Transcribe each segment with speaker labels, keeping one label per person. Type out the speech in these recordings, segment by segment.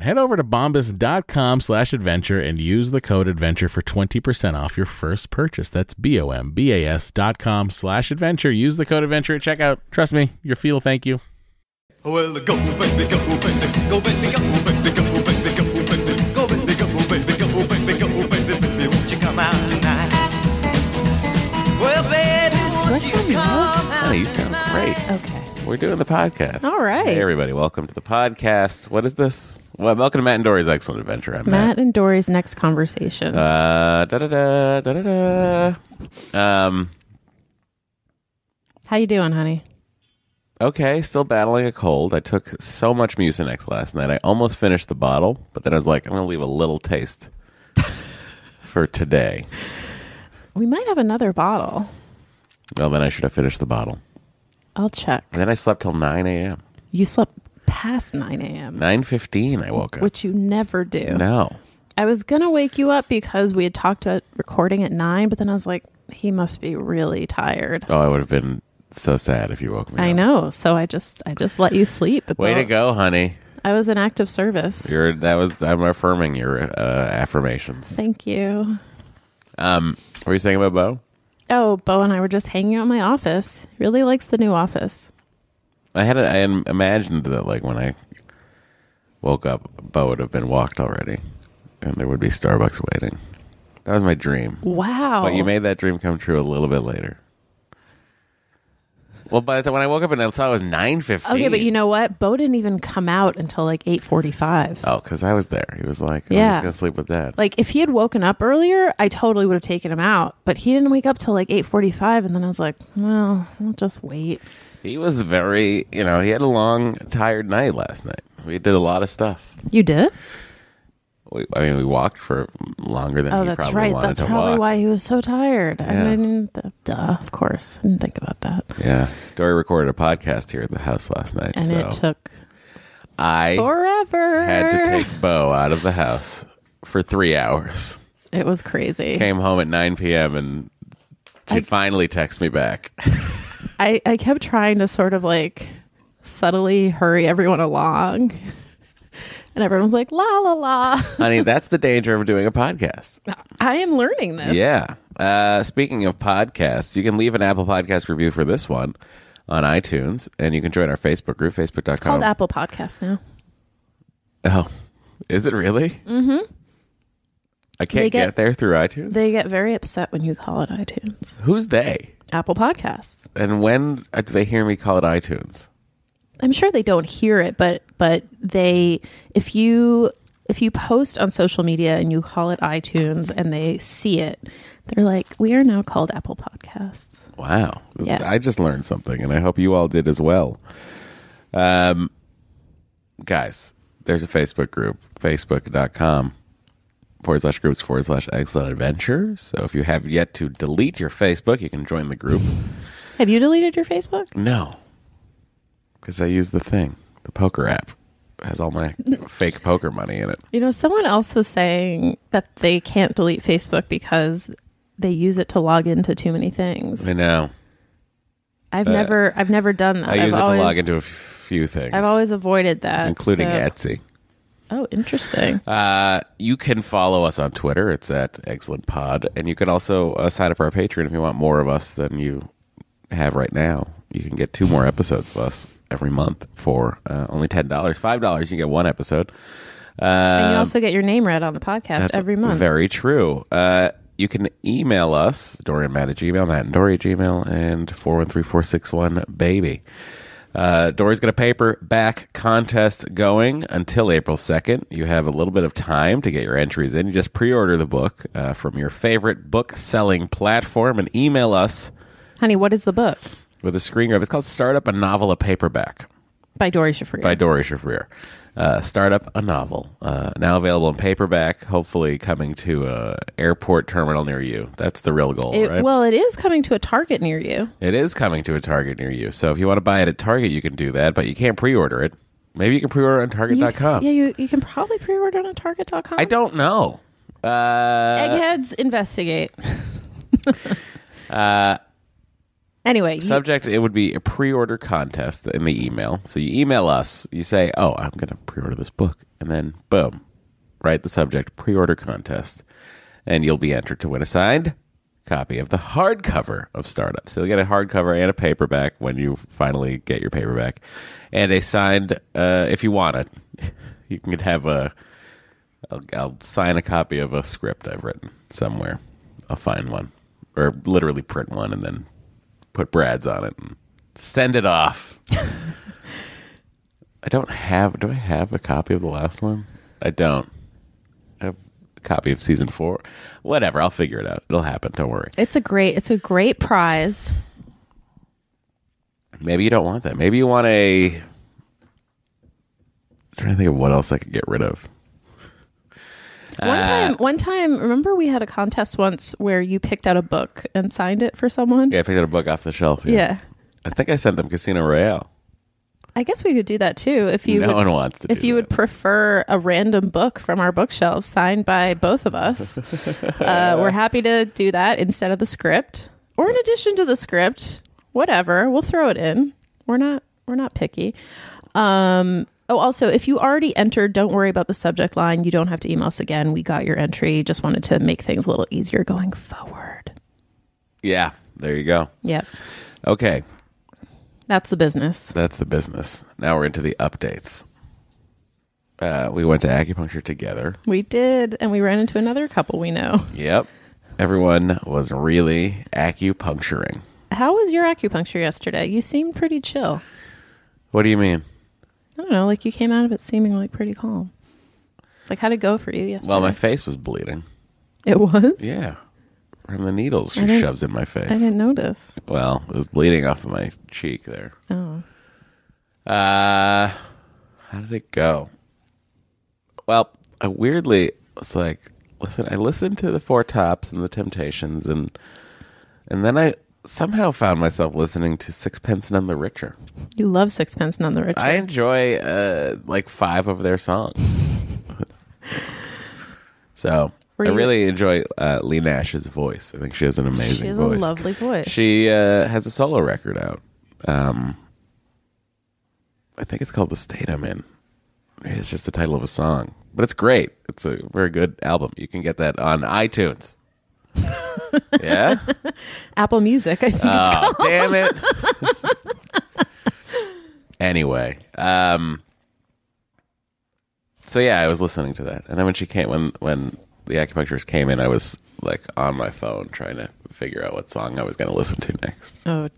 Speaker 1: Head over to bombas.com slash adventure and use the code adventure for 20% off your first purchase. That's B O M B A S dot com slash adventure. Use the code adventure at checkout. Trust me, your feel thank you.
Speaker 2: Oh, well, go, baby, go, baby, go, baby, go, baby, go, baby, go, baby, go, baby, go, baby, go, baby, go, baby, baby, won't you come out tonight? Well, baby, won't
Speaker 3: What's
Speaker 2: you
Speaker 3: wrong with you?
Speaker 2: come out
Speaker 4: Oh, you sound
Speaker 2: tonight?
Speaker 4: great.
Speaker 3: Okay.
Speaker 4: We're doing the podcast.
Speaker 3: All right.
Speaker 4: Hey, everybody, welcome to the podcast. What is this? Well, welcome to Matt and Dory's Excellent Adventure. I'm Matt.
Speaker 3: Matt and Dory's next conversation.
Speaker 4: Uh, da da da da da da. Um,
Speaker 3: How you doing, honey?
Speaker 4: okay, still battling a cold. I took so much Mucinex last night. I almost finished the bottle, but then I was like, I'm going to leave a little taste for today.
Speaker 3: We might have another bottle.
Speaker 4: Well, then I should have finished the bottle.
Speaker 3: I'll check.
Speaker 4: And then I slept till 9 a.m.
Speaker 3: You slept past 9 a.m.,
Speaker 4: 9.15 I woke up.
Speaker 3: which you never do.
Speaker 4: no.
Speaker 3: I was going to wake you up because we had talked about recording at 9, but then I was like, he must be really tired.
Speaker 4: Oh, I would have been so sad if you woke me
Speaker 3: I
Speaker 4: up.
Speaker 3: know. So I just I just let you sleep. But
Speaker 4: Way to
Speaker 3: though-
Speaker 4: go, honey.
Speaker 3: I was an act of service.
Speaker 4: You're that was I'm affirming your uh, affirmations.
Speaker 3: Thank you.
Speaker 4: Um, what were you saying about Bo?
Speaker 3: Oh, Bo and I were just hanging out in my office. Really likes the new office.
Speaker 4: I had a, I im- imagined that like when I woke up, Bo would have been walked already, and there would be Starbucks waiting. That was my dream,
Speaker 3: Wow.
Speaker 4: but you made that dream come true a little bit later. Well, by the when I woke up and I saw it was nine fifteen.
Speaker 3: Okay, but you know what? Bo didn't even come out until like 8:45.
Speaker 4: oh, because I was there. He was like, "I'm
Speaker 3: Yeah.
Speaker 4: just gonna sleep with Dad."
Speaker 3: Like if he had woken up earlier, I totally would have taken him out, but he didn't wake up till like 8:45 and then I was like, "Well, I'll just wait."
Speaker 4: he was very, you know, he had a long, tired night last night. We did a lot of stuff.
Speaker 3: You did?
Speaker 4: We, I mean, we walked for longer than
Speaker 3: Oh,
Speaker 4: he
Speaker 3: that's
Speaker 4: probably
Speaker 3: right.
Speaker 4: wanted
Speaker 3: That's
Speaker 4: to
Speaker 3: probably
Speaker 4: walk.
Speaker 3: why he was so tired. I
Speaker 4: Yeah.
Speaker 3: didn't duh, of course. I didn't think about that.
Speaker 4: Yeah, Dory recorded a podcast here at the house last night,
Speaker 3: And
Speaker 4: so
Speaker 3: it took
Speaker 4: I
Speaker 3: forever.
Speaker 4: had to take Bo out of the house for three hours.
Speaker 3: It was crazy.
Speaker 4: Came home at nine p.m. and she finally texted me back.
Speaker 3: I, I kept trying to sort of like subtly hurry everyone along. and everyone was like, la la la.
Speaker 4: Honey, that's the danger of doing a podcast.
Speaker 3: I am learning this.
Speaker 4: Yeah. Uh, speaking of podcasts, you can leave an Apple Podcast review for this one on iTunes, and you can join our Facebook group, facebook.com.
Speaker 3: It's called Apple Podcast now.
Speaker 4: Oh, is it really? Mm-hmm. I
Speaker 3: They
Speaker 4: can't
Speaker 3: get-
Speaker 4: get, there through iTunes.
Speaker 3: They get very upset when you call it iTunes.
Speaker 4: Who's they?
Speaker 3: Apple Podcasts.
Speaker 4: And when uh, do they hear me call it iTunes?
Speaker 3: I'm sure they don't hear it, but but they if you if you post on social media and you call it iTunes and they see it, they're like, "We are now called Apple Podcasts."
Speaker 4: Wow.
Speaker 3: Yeah.
Speaker 4: I just learned something, and I hope you all did as well. Um, guys, there's a Facebook group, facebook.com forward slash groups forward slash excellent adventure. So if you have yet to delete your Facebook, you can join the group.
Speaker 3: Have you deleted your Facebook?
Speaker 4: No, because I use the thing, the poker app. It has all my fake poker money in it.
Speaker 3: You know, someone else was saying that they can't delete Facebook because they use it to log into too many things.
Speaker 4: I know.
Speaker 3: I've never I've never done that.
Speaker 4: I
Speaker 3: have
Speaker 4: use it
Speaker 3: always,
Speaker 4: to log into a few things,
Speaker 3: I've always avoided that,
Speaker 4: including
Speaker 3: so-
Speaker 4: Etsy.
Speaker 3: Oh, interesting.
Speaker 4: Uh, you can follow us on Twitter. It's at Excellent Pod, and you can also uh, sign up for our Patreon if you want more of us than you have right now. You can get two more episodes of us every month for uh, only ten dollars. Five dollars, you get one episode.
Speaker 3: and you
Speaker 4: Uh,
Speaker 3: also get your name read on the podcast every month.
Speaker 4: Very true. Uh, you can email us, Dorian Matt at Gmail, Matt and Dory at Gmail, and 413461 baby. Uh, Dory's got a paperback contest going until April 2nd. You have a little bit of time to get your entries in. You just pre order the book uh, from your favorite book selling platform and email us
Speaker 3: Honey, what is the book
Speaker 4: with a screen grab. It's called Start Up a Novel, a Paperback
Speaker 3: by Dory Shafrir?
Speaker 4: by Dory Shafrir. Uh, Startup a Novel. Uh, now available in paperback, hopefully coming to a airport terminal near you. That's the real goal,
Speaker 3: It,
Speaker 4: right?
Speaker 3: Well, it is coming to a Target near you.
Speaker 4: it is coming to a Target near you. So if you want to buy it at Target, you can do that, but you can't pre order it. Maybe you can pre order on
Speaker 3: You-
Speaker 4: Target.com.
Speaker 3: Yeah, you, you can probably pre-order on Target.com.
Speaker 4: I don't know. Uh,
Speaker 3: Eggheads investigate.
Speaker 4: Uh,
Speaker 3: anyway, you-
Speaker 4: subject, it would be a pre order contest in the email. So you email us, you say, oh, I'm going to pre order this book. And then, boom, write the subject pre order contest. And you'll be entered to win a signed copy of the hardcover of Startup. So you'll get a hardcover and a paperback when you finally get your paperback. And a signed, uh, if you want it, you can have a. I'll, I'll sign a copy of a script I've written somewhere. I'll find one, or literally print one and then put Brad's on it and send it off. I don't have. Do I have a copy of the last one? I don't. I have a copy of season four. Whatever. I'll figure it out. It'll happen. Don't worry.
Speaker 3: it's a great it's a great prize.
Speaker 4: Maybe you don't want that. Maybe you want a. I'm trying to think of what else I could get rid of.
Speaker 3: One
Speaker 4: Uh,
Speaker 3: time, one time, remember we had a contest once where you picked out a book and signed it for someone.
Speaker 4: Yeah, I picked up a book off the shelf.
Speaker 3: Yeah.
Speaker 4: I think I sent them Casino Royale.
Speaker 3: I guess we could do that too if you
Speaker 4: no
Speaker 3: would,
Speaker 4: one wants to.
Speaker 3: if
Speaker 4: do
Speaker 3: you
Speaker 4: that.
Speaker 3: would prefer a random book from our bookshelves signed by both of us. uh, we're happy to do that instead of the script, or in addition to the script, whatever. We'll throw it in. We're not we're not picky. Um, oh, also, if you already entered, don't worry about the subject line. You don't have to email us again. We got your entry. Just wanted to make things a little easier going forward.
Speaker 4: Yeah, there you go.
Speaker 3: Yep,
Speaker 4: Okay,
Speaker 3: that's the business.
Speaker 4: that's the business. Now we're into the updates. Uh, we went to acupuncture together.
Speaker 3: We did, and we ran into another couple we know.
Speaker 4: Yep. Everyone was really acupuncturing.
Speaker 3: How was your acupuncture yesterday? You seemed pretty chill.
Speaker 4: What do you mean?
Speaker 3: I don't know. Like you came out of it seeming like pretty calm. Like how'd it go for you yesterday?
Speaker 4: Well, my face was bleeding.
Speaker 3: it was.
Speaker 4: Yeah. From the needles
Speaker 3: I
Speaker 4: she
Speaker 3: didn't-
Speaker 4: shoves in my
Speaker 3: I
Speaker 4: face.
Speaker 3: didn't notice.
Speaker 4: Well, it was bleeding off of my cheek there.
Speaker 3: Oh,
Speaker 4: Uh, how did it go? Well, I weirdly was like, listen, I listened to the Four Tops and the Temptations, and and then I somehow found myself listening to Sixpence None the Richer.
Speaker 3: you love Sixpence None the Richer.
Speaker 4: I enjoy uh, like five of their songs. so
Speaker 3: Were
Speaker 4: I
Speaker 3: you-
Speaker 4: really enjoy uh, Lee Nash's voice. I think she has an amazing
Speaker 3: she has
Speaker 4: voice.
Speaker 3: a lovely voice.
Speaker 4: She uh, has a solo record out. Um, I think it's called "The State I'm In." It's just the title of a song, but it's great. It's a very good album. You can get that on iTunes. yeah.
Speaker 3: Apple Music, I think it's
Speaker 4: Oh, damn it. anyway, um, so yeah, I was listening to that, and then when she came, when when the acupuncturist came in, I was like on my phone trying to figure out what song I was going to listen to next.
Speaker 3: Oh,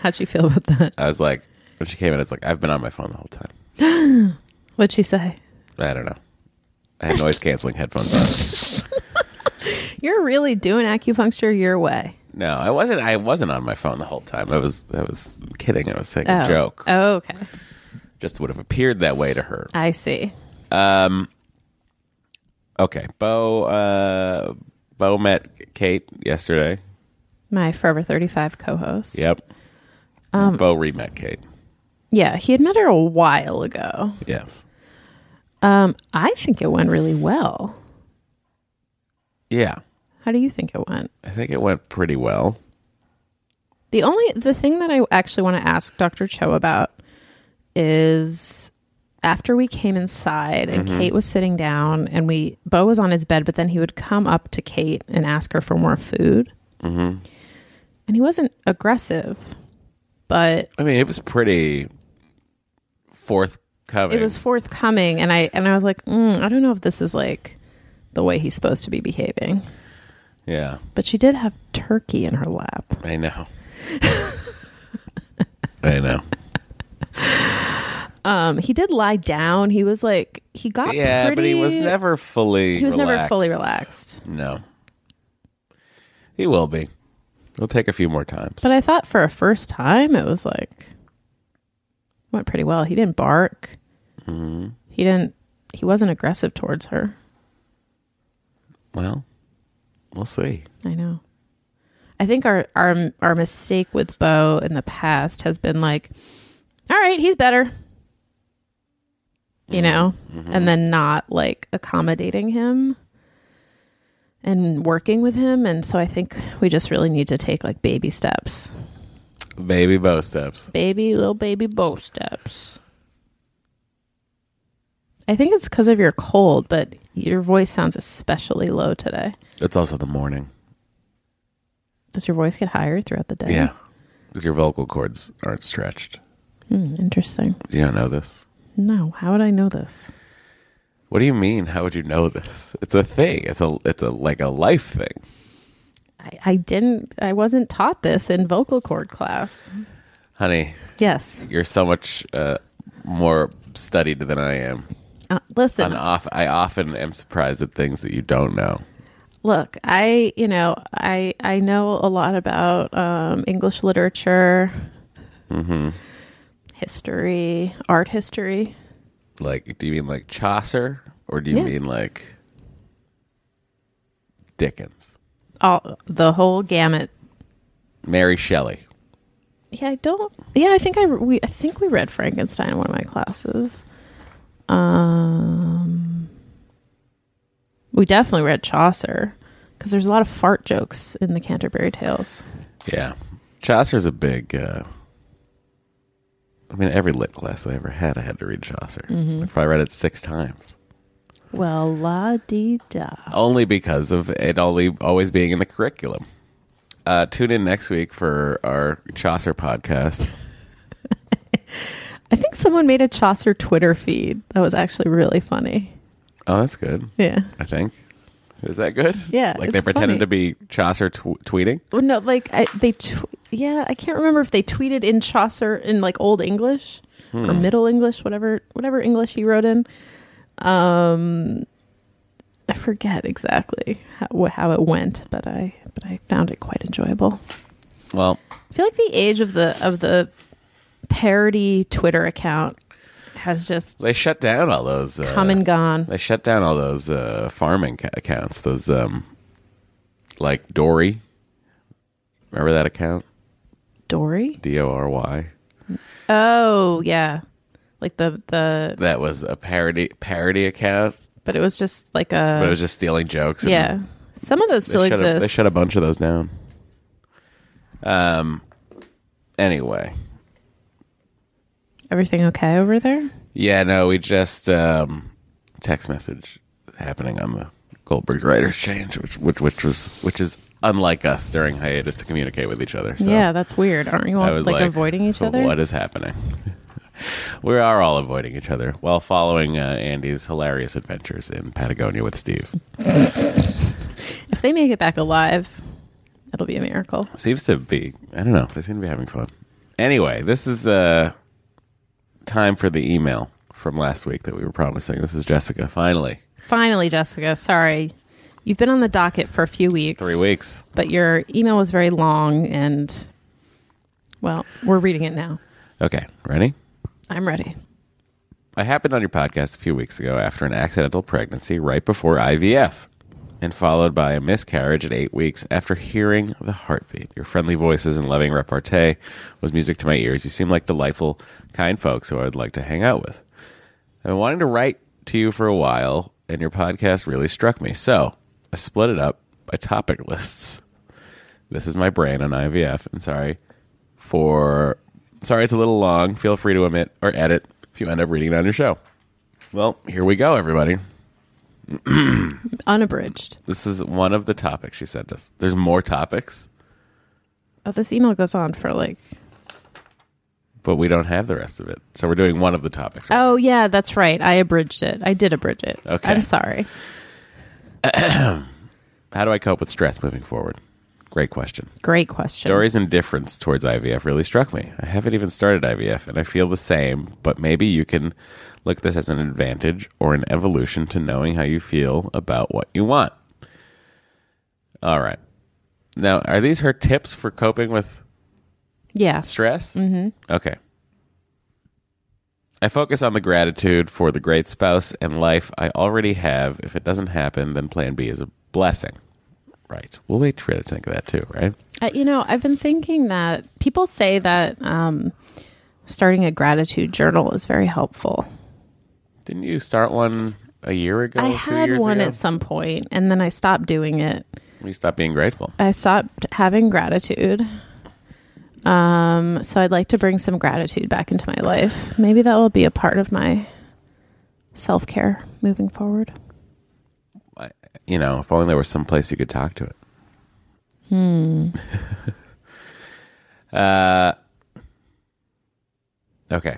Speaker 3: how'd you feel about that?
Speaker 4: I was like, when she came in, it's like I've been on my phone the whole time.
Speaker 3: What'd she say?
Speaker 4: I don't know. I had noise canceling headphones on.
Speaker 3: You're really doing acupuncture your way.
Speaker 4: No, I wasn't. I wasn't on my phone the whole time. I was. I was kidding. I was saying
Speaker 3: Oh.
Speaker 4: a joke.
Speaker 3: Oh, okay.
Speaker 4: Just would have appeared that way to her.
Speaker 3: I see.
Speaker 4: Okay, Bo. Uh, Bo met Kate yesterday.
Speaker 3: My Forever 35 co host.
Speaker 4: Yep. Um, Bo re-met Kate.
Speaker 3: Yeah, he had met her a while ago.
Speaker 4: Yes.
Speaker 3: Um, I think it went really well.
Speaker 4: Yeah,
Speaker 3: How do you think it went?
Speaker 4: I think it went pretty well.
Speaker 3: The only the thing that I actually want to ask Dr. Cho about is after we came inside and
Speaker 4: Mm-hmm.
Speaker 3: Kate was sitting down and we Bo was on his bed, but then he would come up to Kate and ask her for more food. Mm-hmm. And he wasn't aggressive, but
Speaker 4: I mean, it was pretty forthcoming.
Speaker 3: it was forthcoming. And I and I was like, mm, I don't know if this is like the way he's supposed to be behaving.
Speaker 4: Yeah,
Speaker 3: But she did have turkey in her lap.
Speaker 4: I know. I know.
Speaker 3: Um, he did lie down. He was like he got
Speaker 4: Yeah,
Speaker 3: pretty.
Speaker 4: but he was never fully.
Speaker 3: he was never fully
Speaker 4: relaxed.
Speaker 3: relaxed.
Speaker 4: No. He will be. It'll take a few more times.
Speaker 3: But I thought for a first time, it was like went pretty well. He didn't bark. He didn't. He wasn't aggressive towards her.
Speaker 4: well, we'll see.
Speaker 3: I know. I think our our our mistake with Bo in the past has been like, all right, he's better. You know, and then not like accommodating him and working with him and so I think we just really need to take like baby steps.
Speaker 4: Baby Bo steps.
Speaker 3: Baby little baby Bo steps. I think it's cuz of your cold, but your voice sounds especially low today.
Speaker 4: It's also the morning.
Speaker 3: Does your voice get higher throughout the day?
Speaker 4: Yeah. 'Cause Your vocal cords aren't stretched.
Speaker 3: Hmm, interesting.
Speaker 4: Do you not know this?
Speaker 3: No, how would I know this?
Speaker 4: What do you mean? How would you know this? It's a thing. It's a it's a like a life thing.
Speaker 3: I, I didn't. I wasn't taught this in vocal cord class.
Speaker 4: Honey,
Speaker 3: Yes.
Speaker 4: you're so much uh, more studied than I am.
Speaker 3: Uh, listen.
Speaker 4: And off I often am surprised at things that you don't know.
Speaker 3: Look, I you know I I know a lot about um, English literature,
Speaker 4: Mm-hmm.
Speaker 3: history, art history.
Speaker 4: Like, do you mean like Chaucer, or do you
Speaker 3: Yeah.
Speaker 4: mean like Dickens,
Speaker 3: All the whole gamut.
Speaker 4: Mary Shelley?
Speaker 3: Yeah, I don't. Yeah, I think I we I think we read Frankenstein in one of my classes. Um, we definitely read Chaucer because there's a lot of fart jokes in the Canterbury Tales.
Speaker 4: Yeah, Chaucer's a big. Uh, I mean, every lit class I ever had, I had to read Chaucer.
Speaker 3: Mm-hmm.
Speaker 4: I probably read it six times,
Speaker 3: Well, la di da.
Speaker 4: only because of it only always being in the curriculum. Uh, tune in next week for our Chaucer podcast.
Speaker 3: I think someone made a Chaucer Twitter feed that was actually really funny.
Speaker 4: Oh, that's good.
Speaker 3: Yeah.
Speaker 4: I think. Is that good?
Speaker 3: Yeah,
Speaker 4: Like they
Speaker 3: it's
Speaker 4: pretended
Speaker 3: funny.
Speaker 4: to be Chaucer tw- tweeting.
Speaker 3: Well, no, like I, they, tw- yeah, I can't remember if they tweeted in Chaucer in like Old English or
Speaker 4: Hmm.
Speaker 3: Middle English, whatever, whatever English he wrote in. Um, I forget exactly how, how it went, but I, but I found it quite enjoyable.
Speaker 4: Well,
Speaker 3: I feel like the age of the of the parody Twitter account has just
Speaker 4: they shut down all those. Uh,
Speaker 3: come and gone.
Speaker 4: They shut down all those uh, farming ca- accounts. Those um, like Dory. Remember that account?
Speaker 3: Dory.
Speaker 4: D O R Y.
Speaker 3: Oh yeah, like the the
Speaker 4: That was a parody parody account,
Speaker 3: but it was just like
Speaker 4: but it
Speaker 3: a
Speaker 4: was just stealing jokes. and
Speaker 3: yeah. Some of those
Speaker 4: they
Speaker 3: still
Speaker 4: shut
Speaker 3: exist.
Speaker 4: A, they shut a bunch of those down. Um. Anyway,
Speaker 3: Everything okay over there?
Speaker 4: Yeah, no, we just um, text message happening on the Goldberg's writers change, which which which was which is unlike us during hiatus to communicate with each other. So
Speaker 3: yeah, that's weird. Aren't you all
Speaker 4: I
Speaker 3: like,
Speaker 4: was like,
Speaker 3: avoiding each other?
Speaker 4: What is happening? we are all avoiding each other while following uh, Andy's hilarious adventures in Patagonia with Steve.
Speaker 3: if they make it back alive, it'll be a miracle.
Speaker 4: Seems to be. I don't know. They seem to be having fun. Anyway, this is uh, time for the email from last week that we were promising. This is Jessica. Finally,
Speaker 3: Finally, Jessica. Sorry, you've been on the docket for a few weeks.
Speaker 4: three weeks.
Speaker 3: But your email was very long, and well, we're reading it now.
Speaker 4: Okay, ready?
Speaker 3: I'm ready.
Speaker 4: I happened on your podcast a few weeks ago after an accidental pregnancy right before IVF and followed by a miscarriage at eight weeks after hearing the heartbeat. Your friendly voices and loving repartee was music to my ears. You seem like delightful, kind folks who I would like to hang out with. I've been wanting to write to you for a while, and your podcast really struck me. So I split it up by topic lists. This is my brain on IVF, and sorry for. Sorry, it's a little long. Feel free to omit or edit if you end up reading it on your show. Well, here we go, everybody.
Speaker 3: Unabridged.
Speaker 4: This is one of the topics she sent us. There's more topics,
Speaker 3: Oh, this email goes on for like.
Speaker 4: but we don't have the rest of it. So we're doing one of the topics.
Speaker 3: Oh yeah, that's right. I abridged it. I did abridge it.
Speaker 4: Okay.
Speaker 3: I'm sorry.
Speaker 4: How do I cope with stress moving forward? Great question.
Speaker 3: Great question.
Speaker 4: Dory's indifference towards IVF really struck me. I haven't even started IVF, and I feel the same, but maybe you can look at this as an advantage or an evolution to knowing how you feel about what you want. All right. Now, are these her tips for coping with
Speaker 3: Yeah.
Speaker 4: Stress? Mm-hmm. Okay. I focus on the gratitude for the great spouse and life I already have. If it doesn't happen, then plan B is a blessing. Right. Well, we try to think of that too, right?
Speaker 3: Uh, you know, I've been thinking that people say that um, starting a gratitude journal is very helpful.
Speaker 4: Didn't you start one a year ago,
Speaker 3: I
Speaker 4: two
Speaker 3: had
Speaker 4: years
Speaker 3: one
Speaker 4: ago?
Speaker 3: at some point, and then I stopped doing it.
Speaker 4: We stopped being grateful.
Speaker 3: I stopped having gratitude. Um, so I'd like to bring some gratitude back into my life. Maybe that will be a part of my self care moving forward.
Speaker 4: I, you know, if only there was some place you could talk to it. Hmm. uh, okay.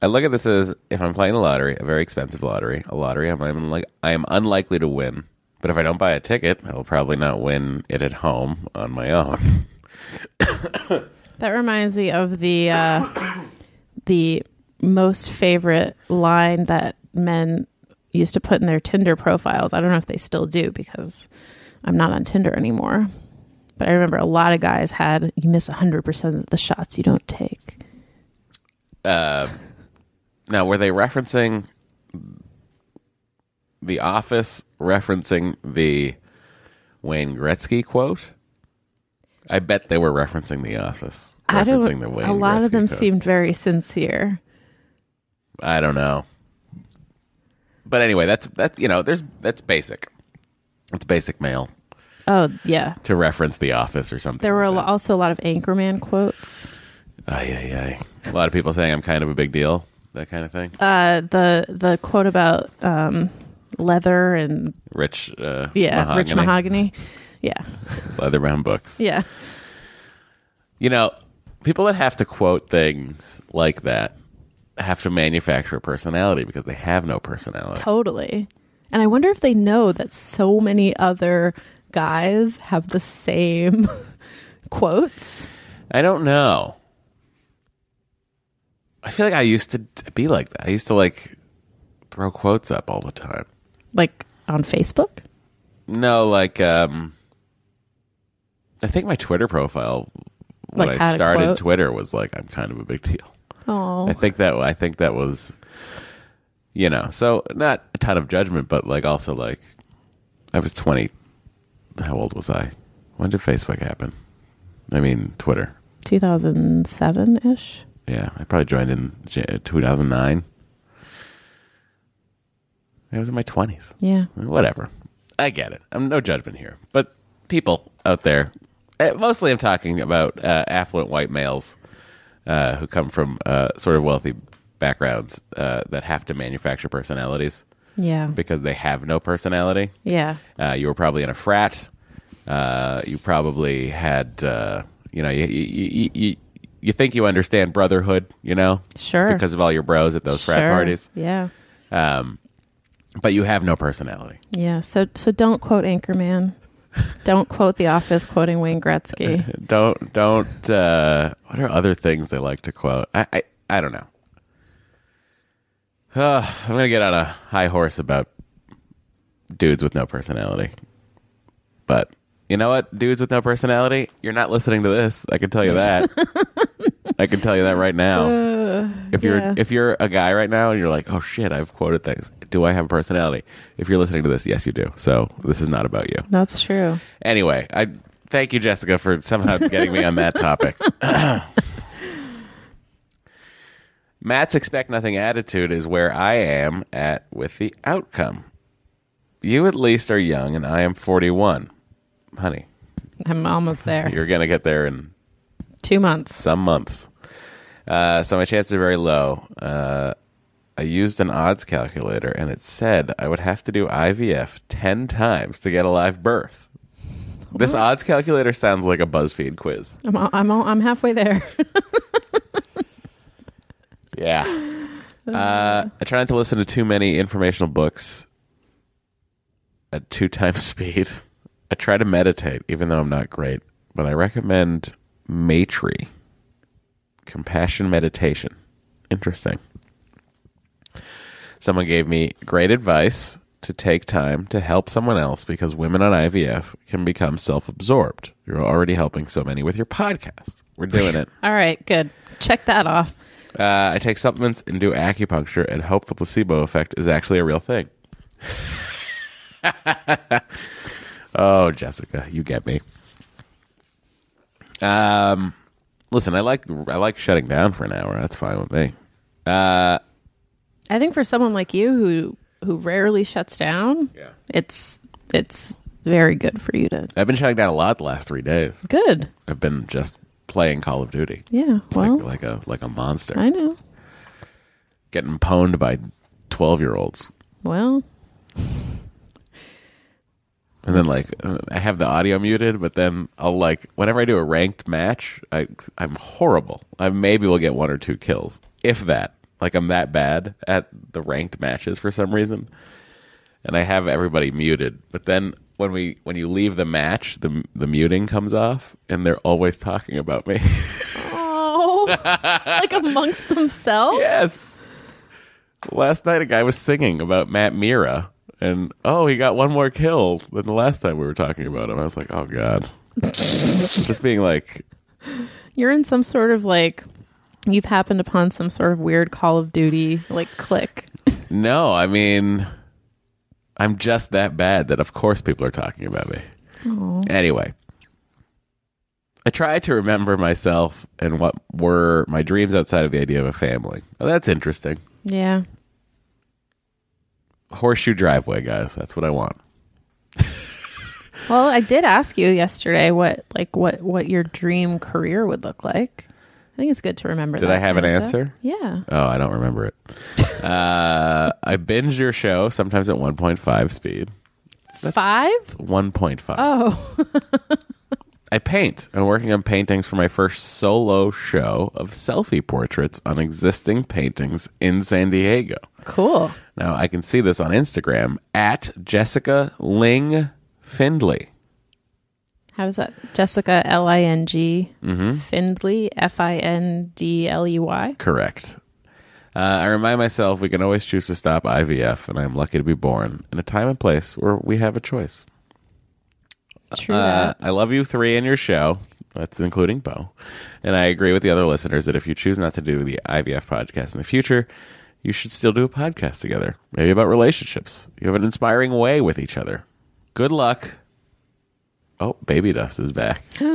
Speaker 4: I look at this as if I'm playing a lottery, a very expensive lottery, a lottery I'm, I'm like I am unlikely to win. But if I don't buy a ticket, I will probably not win it at home on my own.
Speaker 3: That reminds me of the uh, the most favorite line that men used to put in their Tinder profiles. I don't know if they still do because I'm not on Tinder anymore. But I remember a lot of guys had you miss 100% of the shots you don't take.
Speaker 4: Now, were they referencing The Office, referencing the Wayne Gretzky quote? I bet they were referencing The Office.
Speaker 3: I
Speaker 4: Referencing
Speaker 3: don't,
Speaker 4: the Wayne
Speaker 3: a lot
Speaker 4: Gretzky
Speaker 3: of them
Speaker 4: quote.
Speaker 3: seemed very sincere.
Speaker 4: I don't know. But anyway, that's that's you know, there's that's basic. It's basic mail
Speaker 3: Oh, yeah.
Speaker 4: to reference The Office or something.
Speaker 3: There were a
Speaker 4: like
Speaker 3: lo- also a lot of Anchorman quotes.
Speaker 4: that. Ay, ay, ay. A lot of people saying I'm kind of a big deal. That kind of thing.
Speaker 3: Uh, the the quote about um, leather and
Speaker 4: Rich, uh,
Speaker 3: yeah, rich
Speaker 4: mahogany,
Speaker 3: mahogany. Yeah,
Speaker 4: leatherbound books.
Speaker 3: yeah.
Speaker 4: You know, people that have to quote things like that have to manufacture a personality because they have no personality.
Speaker 3: Totally. And I wonder if they know that so many other guys have the same quotes.
Speaker 4: I don't know. I feel like I used to t- be like that. I used to like throw quotes up all the time.
Speaker 3: Like on Facebook?
Speaker 4: No, like um I think my Twitter profile when
Speaker 3: Like, had
Speaker 4: I
Speaker 3: a
Speaker 4: started
Speaker 3: quote?
Speaker 4: Twitter was like I'm kind of a big deal. I
Speaker 3: Oh.
Speaker 4: think that I think that was you know, so not a ton of judgment, but like also like I was twenty how old was I? When did Facebook happen? I mean Twitter.
Speaker 3: 2007 ish?
Speaker 4: Yeah, I probably joined in J- 2009. I was in my 20s.
Speaker 3: Yeah.
Speaker 4: Whatever. I get it. I'm no judgment here. But people out there, eh, mostly I'm talking about uh, affluent white males uh, who come from uh, sort of wealthy backgrounds uh, that have to manufacture personalities
Speaker 3: Yeah.
Speaker 4: because they have no personality.
Speaker 3: Yeah.
Speaker 4: Uh, you were probably in a frat. Uh, you probably had, uh, you know, you, you, you, you, you think you understand brotherhood, you know,
Speaker 3: Sure.
Speaker 4: because of all your bros at those frat
Speaker 3: Sure.
Speaker 4: parties,
Speaker 3: Yeah.
Speaker 4: but you have no personality.
Speaker 3: Yeah. So so don't quote Anchorman. Don't quote The Office quoting Wayne Gretzky.
Speaker 4: Don't, don't, uh, what are other things they like to quote? I, I, I don't know. Uh, I'm going to get on a high horse about dudes with no personality. But you know what? Dudes with no personality, you're not listening to this. I can tell you that. I can tell you that right now. if you're
Speaker 3: yeah.
Speaker 4: if you're a guy right now and you're like, "Oh shit, I've quoted things. Do I have a personality?" If you're listening to this, yes you do. So, this is not about you.
Speaker 3: That's true.
Speaker 4: Anyway, I thank you Jessica for somehow getting me on that topic. Matt's expect nothing attitude is where I am at with the outcome. You at least are young and I am 41. Honey,
Speaker 3: I'm almost there.
Speaker 4: you're going to get there in
Speaker 3: Two months.
Speaker 4: some months. Uh, so my chances are very low. Uh, I used an odds calculator and it said I would have to do IVF 10 times to get a live birth. This odds calculator sounds like a BuzzFeed quiz.
Speaker 3: I'm al- I'm al- I'm halfway there.
Speaker 4: Yeah. Uh, I try not to listen to too many informational books at two times speed. I try to meditate, even though I'm not great, but I recommend Maitri, compassion meditation. Interesting. Someone gave me great advice to take time to help someone else because women on IVF can become self absorbed. You're already helping so many with your podcast. We're doing it.
Speaker 3: All right. Good. Check that off.
Speaker 4: Uh, I take supplements and do acupuncture and hope the placebo effect is actually a real thing. oh, Jessica, you get me. Um, listen, I like I like shutting down for an hour. That's fine with me.
Speaker 3: I think for someone like you who who rarely shuts down,
Speaker 4: Yeah.
Speaker 3: it's it's very good for you to
Speaker 4: I've been shutting down a lot the last three days.
Speaker 3: good.
Speaker 4: I've been just playing Call of Duty
Speaker 3: Yeah. Well,
Speaker 4: like, like a like a monster,
Speaker 3: I know.
Speaker 4: getting pwned by twelve year olds.
Speaker 3: Well,
Speaker 4: And then like uh, I have the audio muted, but then I'll like whenever I do a ranked match, I I'm horrible. I maybe will get one or two kills, if that. Like I'm that bad at the ranked matches for some reason, and I have everybody muted. But then when we when you leave the match, the the muting comes off, and they're always talking about me.
Speaker 3: oh, like amongst themselves.
Speaker 4: yes. Last night, a guy was singing about Matt Mira, and oh, he got one more kill than the last time we were talking about him. I was like, oh god, just being like,
Speaker 3: You're in some sort of like you've happened upon some sort of weird Call of Duty like click.
Speaker 4: no, I mean, I'm just that bad that of course people are talking about me. Anyway, I try to remember myself and what were my dreams outside of the idea of a family. Oh, that's interesting.
Speaker 3: Yeah.
Speaker 4: Horseshoe driveway, guys. That's what I want.
Speaker 3: Well, I did ask you yesterday what like what what your dream career would look like. I think it's good to remember.
Speaker 4: Did
Speaker 3: that
Speaker 4: I have
Speaker 3: kind
Speaker 4: an
Speaker 3: of stuff.
Speaker 4: answer?
Speaker 3: Yeah.
Speaker 4: Oh, I don't remember it. uh, I binge your show sometimes at 1.5 speed.
Speaker 3: Five.
Speaker 4: 1.5.
Speaker 3: Oh,
Speaker 4: I paint. I'm working on paintings for my first solo show of selfie portraits on existing paintings in San Diego.
Speaker 3: cool.
Speaker 4: Now, I can see this on Instagram at Jessica Ling Findley.
Speaker 3: How does that? Jessica L I N G
Speaker 4: Mm-hmm.
Speaker 3: Findley F I N D L E Y.
Speaker 4: Correct. Uh, I remind myself we can always choose to stop IVF, and I'm lucky to be born in a time and place where we have a choice.
Speaker 3: True.
Speaker 4: Uh,
Speaker 3: that.
Speaker 4: I love you three and your show. That's including Bo. And I agree with the other listeners that if you choose not to do the IVF podcast in the future, you should still do a podcast together, maybe about relationships. You have an inspiring way with each other. Good luck. Oh, baby dust is back.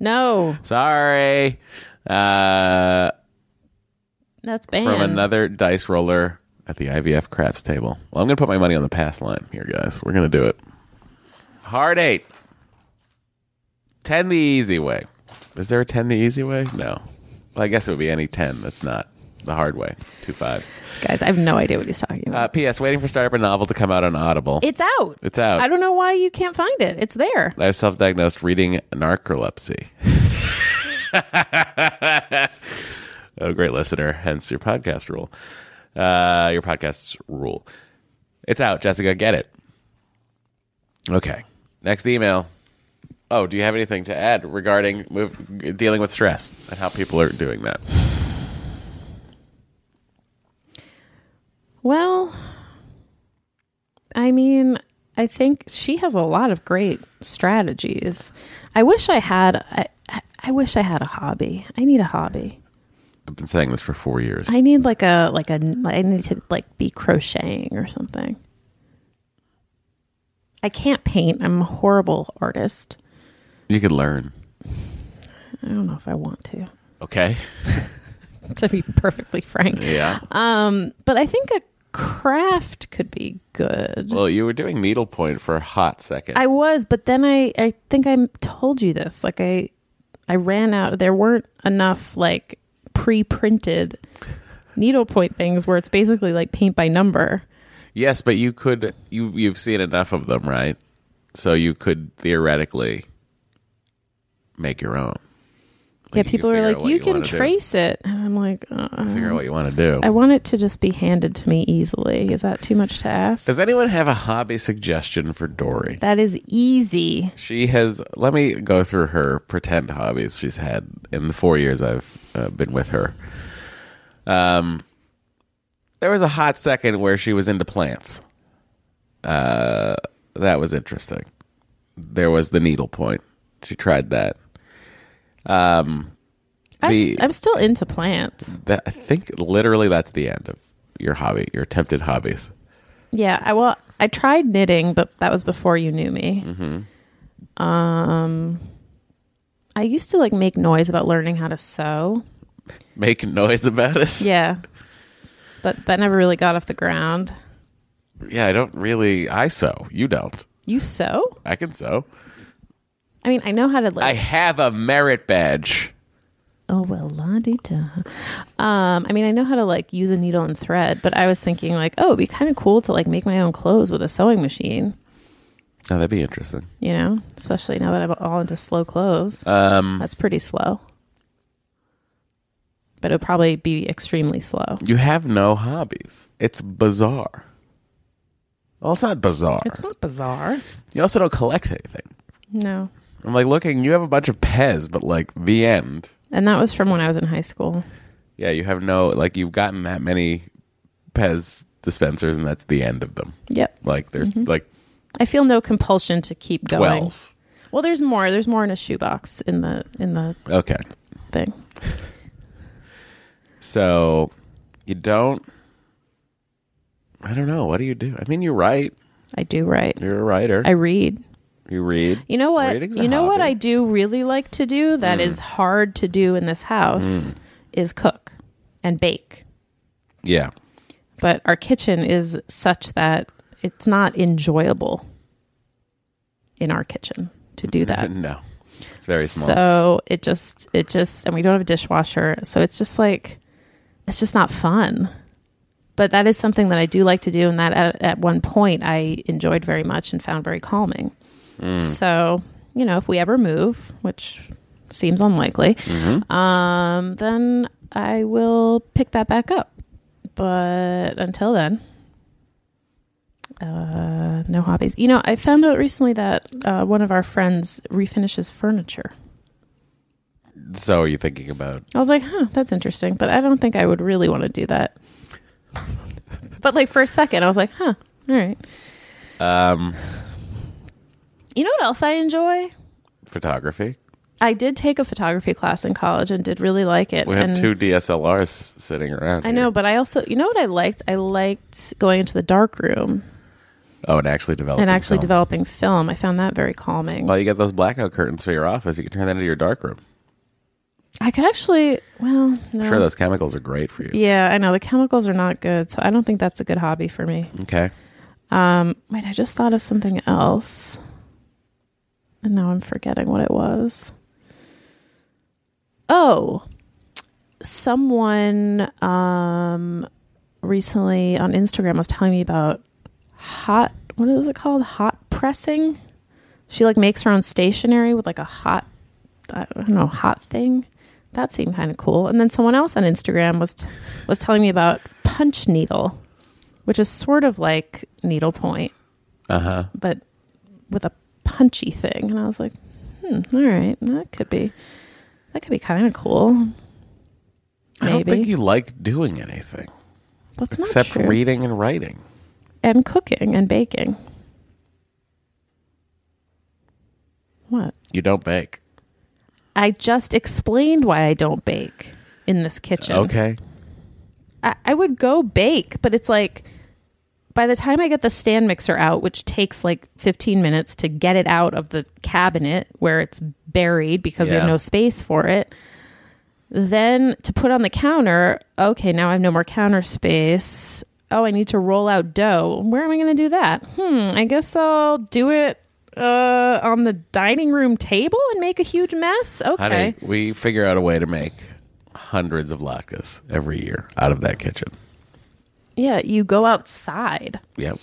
Speaker 3: No,
Speaker 4: Sorry. Uh,
Speaker 3: that's banned.
Speaker 4: from another dice roller at the IVF crafts table. Well, I'm going to put my money on the pass line here, guys. We're going to do it. Hard eight. 10 the easy way. Is there a 10 the easy way? No. Well, I guess it would be any 10 that's not the hard way. Two fives.
Speaker 3: Guys, I have no idea what he's talking about.
Speaker 4: Uh, P.S. Waiting for Startup a Novel to come out on Audible.
Speaker 3: it's out.
Speaker 4: It's out.
Speaker 3: I don't know why you can't find it. It's there.
Speaker 4: I was self-diagnosed reading narcolepsy. oh, great listener! Hence your podcast rule. Uh, your podcast's rule. It's out, Jessica. Get it. Okay. Next email. Oh, do you have anything to add regarding move, dealing with stress and how people are doing that?
Speaker 3: Well, I mean, I think she has a lot of great strategies. I wish I had. I, I- I wish I had a hobby. I need a hobby.
Speaker 4: I've been saying this for four years.
Speaker 3: I need like a like a. I need to like be crocheting or something. I can't paint. I'm a horrible artist.
Speaker 4: you could learn.
Speaker 3: I don't know if I want to.
Speaker 4: Okay.
Speaker 3: To be perfectly frank, Um,
Speaker 4: Yeah.
Speaker 3: but I think a craft could be good.
Speaker 4: well, you were doing needlepoint for a hot second.
Speaker 3: I was, but then I I think I told you this. Like I I ran out. There weren't enough like pre-printed needlepoint things where it's basically like paint by number.
Speaker 4: Yes, but you could you you've seen enough of them, right? So you could theoretically make your own.
Speaker 3: yeah,
Speaker 4: Like, you
Speaker 3: people
Speaker 4: can
Speaker 3: are
Speaker 4: figure out
Speaker 3: like,
Speaker 4: what
Speaker 3: you,
Speaker 4: you
Speaker 3: can
Speaker 4: wanna do."
Speaker 3: trace it, and I'm like, uh,
Speaker 4: Figure out what you want to do.
Speaker 3: I want it to just be handed to me easily. Is that too much to ask?
Speaker 4: Does anyone have a hobby suggestion for Dory?
Speaker 3: That is easy.
Speaker 4: She has. Let me go through her pretend hobbies she's had in the four years I've uh, been with her. Um, there was a hot second where she was into plants. Uh, that was interesting. There was the needlepoint. She tried that. Um,
Speaker 3: I
Speaker 4: The-
Speaker 3: am still into plants.
Speaker 4: that I think literally that's the end of your hobby, your attempted hobbies.
Speaker 3: Yeah, I well, I tried knitting, but that was before you knew me. Um,
Speaker 4: Mm-hmm.
Speaker 3: I used to like make noise about learning how to sew.
Speaker 4: Make noise about it.
Speaker 3: Yeah, but that never really got off the ground.
Speaker 4: yeah, I don't really. I sew. You don't.
Speaker 3: You sew?
Speaker 4: I can sew.
Speaker 3: I mean, I know how to
Speaker 4: I
Speaker 3: like.
Speaker 4: have a merit badge.
Speaker 3: oh well, la di da. Um, I mean, I know how to like use a needle and thread, but I was thinking like, oh, it'd be kind of cool to like make my own clothes with a sewing machine.
Speaker 4: Oh, that'd be interesting.
Speaker 3: You know, especially now that I'm all into slow clothes.
Speaker 4: Um,
Speaker 3: That's pretty slow. But it would probably be extremely slow.
Speaker 4: you have no hobbies. It's bizarre. Well, it's not bizarre.
Speaker 3: It's not bizarre.
Speaker 4: you also don't collect anything.
Speaker 3: No.
Speaker 4: I'm like looking. You have a bunch of Pez, but like the end.
Speaker 3: And that was from when I was in high school.
Speaker 4: Yeah, you have no like. You've gotten that many Pez dispensers, and that's the end of them.
Speaker 3: Yep.
Speaker 4: Like there's like
Speaker 3: I feel no compulsion to keep Mm-hmm. going.
Speaker 4: twelve.
Speaker 3: Well, there's more. There's more in a shoebox in the in the
Speaker 4: Okay,
Speaker 3: thing.
Speaker 4: so you don't. I don't know. What do you do? I mean, you write.
Speaker 3: I do write.
Speaker 4: You're a writer.
Speaker 3: I read.
Speaker 4: you read.
Speaker 3: You know what?
Speaker 4: Reading's a
Speaker 3: You know what
Speaker 4: hobby. Mm.
Speaker 3: I do really like to do that is hard to do in this house is cook and bake.
Speaker 4: Yeah.
Speaker 3: But our kitchen is such that it's not enjoyable in our kitchen to do that.
Speaker 4: No, it's very small.
Speaker 3: So it just it just and we don't have a dishwasher, so it's just like it's just not fun. But that is something that I do like to do, and that at, at one point I enjoyed very much and found very calming.
Speaker 4: Mm.
Speaker 3: So you know, if we ever move, which seems unlikely,
Speaker 4: Mm-hmm.
Speaker 3: um, then I will pick that back up. But until then, uh, no hobbies. You know, I found out recently that uh, one of our friends refinishes furniture.
Speaker 4: So are you thinking about?
Speaker 3: I was like, huh, that's interesting, but I don't think I would really want to do that. but like for a second, I was like, huh, all right.
Speaker 4: Um,
Speaker 3: You know what else I enjoy?
Speaker 4: photography.
Speaker 3: I did take a photography class in college and did really like it.
Speaker 4: We have
Speaker 3: and
Speaker 4: two DSLRs s- sitting around.
Speaker 3: I know,
Speaker 4: here.
Speaker 3: but I also, you know what I liked? I liked going into the dark room
Speaker 4: Oh, and actually developing.
Speaker 3: and actually
Speaker 4: film.
Speaker 3: developing film. I found that very calming.
Speaker 4: Well, you get those blackout curtains for your office. You can turn that into your darkroom.
Speaker 3: I could actually, well, no.
Speaker 4: I'm Sure, those chemicals are great for you.
Speaker 3: yeah, I know the chemicals are not good, so I don't think that's a good hobby for me.
Speaker 4: Okay.
Speaker 3: Um, wait, I just thought of something else. And now I'm forgetting what it was. Oh, someone um, recently on Instagram was telling me about hot. What is it called? Hot pressing. She like makes her own stationery with like a hot, I don't know, hot thing. That seemed kind of cool. And then someone else on Instagram was was telling me about punch needle, which is sort of like needlepoint,
Speaker 4: Uh-huh.
Speaker 3: uh huh, but with a punchy thing. And I was like, hmm, all right, that could be that could be kind of cool.
Speaker 4: I don't
Speaker 3: Maybe.
Speaker 4: think you like doing anything
Speaker 3: That's not
Speaker 4: except
Speaker 3: true.
Speaker 4: reading and writing.
Speaker 3: and cooking and baking. What?
Speaker 4: You don't bake.
Speaker 3: I just explained why I don't bake in this kitchen.
Speaker 4: Okay.
Speaker 3: I, I would go bake, but it's like by the time I get the stand mixer out, which takes like 15 minutes to get it out of the cabinet where it's buried because we have
Speaker 4: Yeah.
Speaker 3: no space for it, then to put on the counter, okay, now I have no more counter space. Oh, I need to roll out dough. Where am I going to do that? Hmm, I guess I'll do it uh, on the dining room table and make a huge mess. Okay.
Speaker 4: Honey, we figure out a way to make hundreds of latkes every year out of that kitchen.
Speaker 3: yeah, you go outside.
Speaker 4: Yep.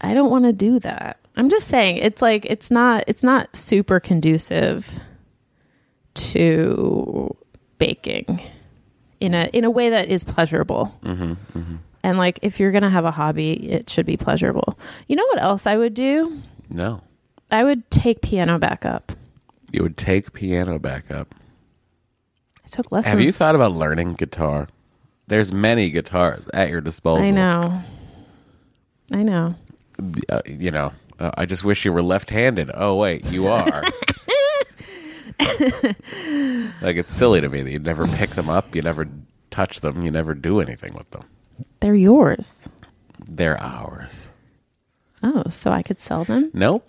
Speaker 3: I don't want to do that. I'm just saying it's like it's not it's not super conducive to baking in a in a way that is pleasurable.
Speaker 4: Mm-hmm,
Speaker 3: And like if you're gonna have a hobby, it should be pleasurable. You know what else I would do?
Speaker 4: No.
Speaker 3: I would take piano back up.
Speaker 4: You would take piano back up.
Speaker 3: I took lessons.
Speaker 4: Have you thought about learning guitar? There's many guitars at your disposal.
Speaker 3: I know. I know.
Speaker 4: Uh, you know, uh, I just wish you were left-handed. Oh wait, you are. like it's silly to me that you never pick them up, you never touch them, you never do anything with them.
Speaker 3: They're yours.
Speaker 4: They're ours.
Speaker 3: Oh, so I could sell them?
Speaker 4: Nope.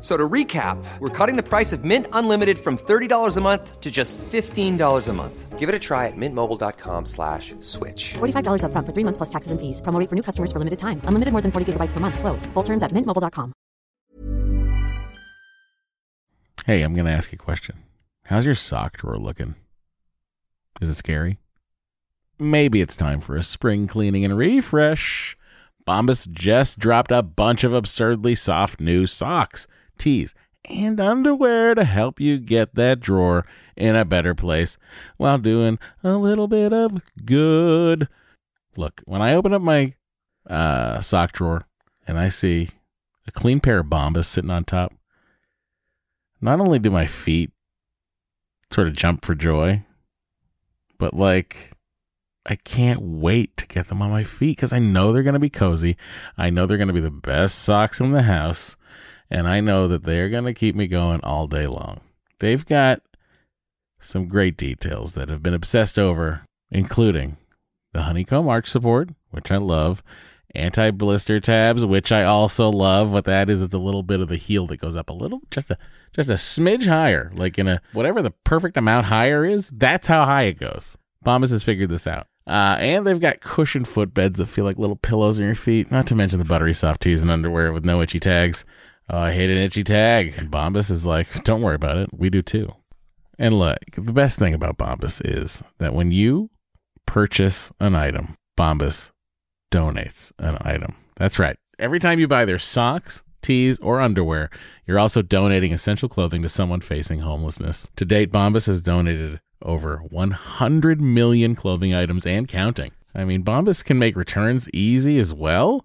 Speaker 5: So to recap, we're cutting the price of Mint Unlimited from $30 a month to just $15 a month. Give it a try at mintmobile.com slash switch.
Speaker 6: $45 upfront for three months plus taxes and fees. Promo rate for new customers for limited time. Unlimited more than 40 gigabytes per month. Slows. Full terms at mintmobile.com.
Speaker 1: Hey, I'm going to ask you a question. How's your sock drawer looking? Is it scary? Maybe it's time for a spring cleaning and refresh. Bombas just dropped a bunch of absurdly soft new socks, tees, and underwear to help you get that drawer in a better place while doing a little bit of good. Look, when I open up my uh, sock drawer and I see a clean pair of Bombas sitting on top, not only do my feet sort of jump for joy, but like I can't wait to get them on my feet because I know they're going to be cozy. I know they're going to be the best socks in the house. And I know that they're going to keep me going all day long. They've got some great details that have been obsessed over, including the honeycomb arch support, which I love, anti blister tabs, which I also love. What that is, it's a little bit of the heel that goes up a little, just a just a smidge higher, like in a whatever the perfect amount higher is. That's how high it goes. Bombas has figured this out. Uh, and they've got cushioned footbeds that feel like little pillows on your feet, not to mention the buttery soft tees and underwear with no itchy tags. Oh, I hate an itchy tag. And Bombas is like, don't worry about it. We do too. And look, the best thing about Bombas is that when you purchase an item, Bombas donates an item. That's right. Every time you buy their socks, tees, or underwear, you're also donating essential clothing to someone facing homelessness. To date, Bombas has donated over 100 million clothing items and counting. I mean, Bombas can make returns easy as well.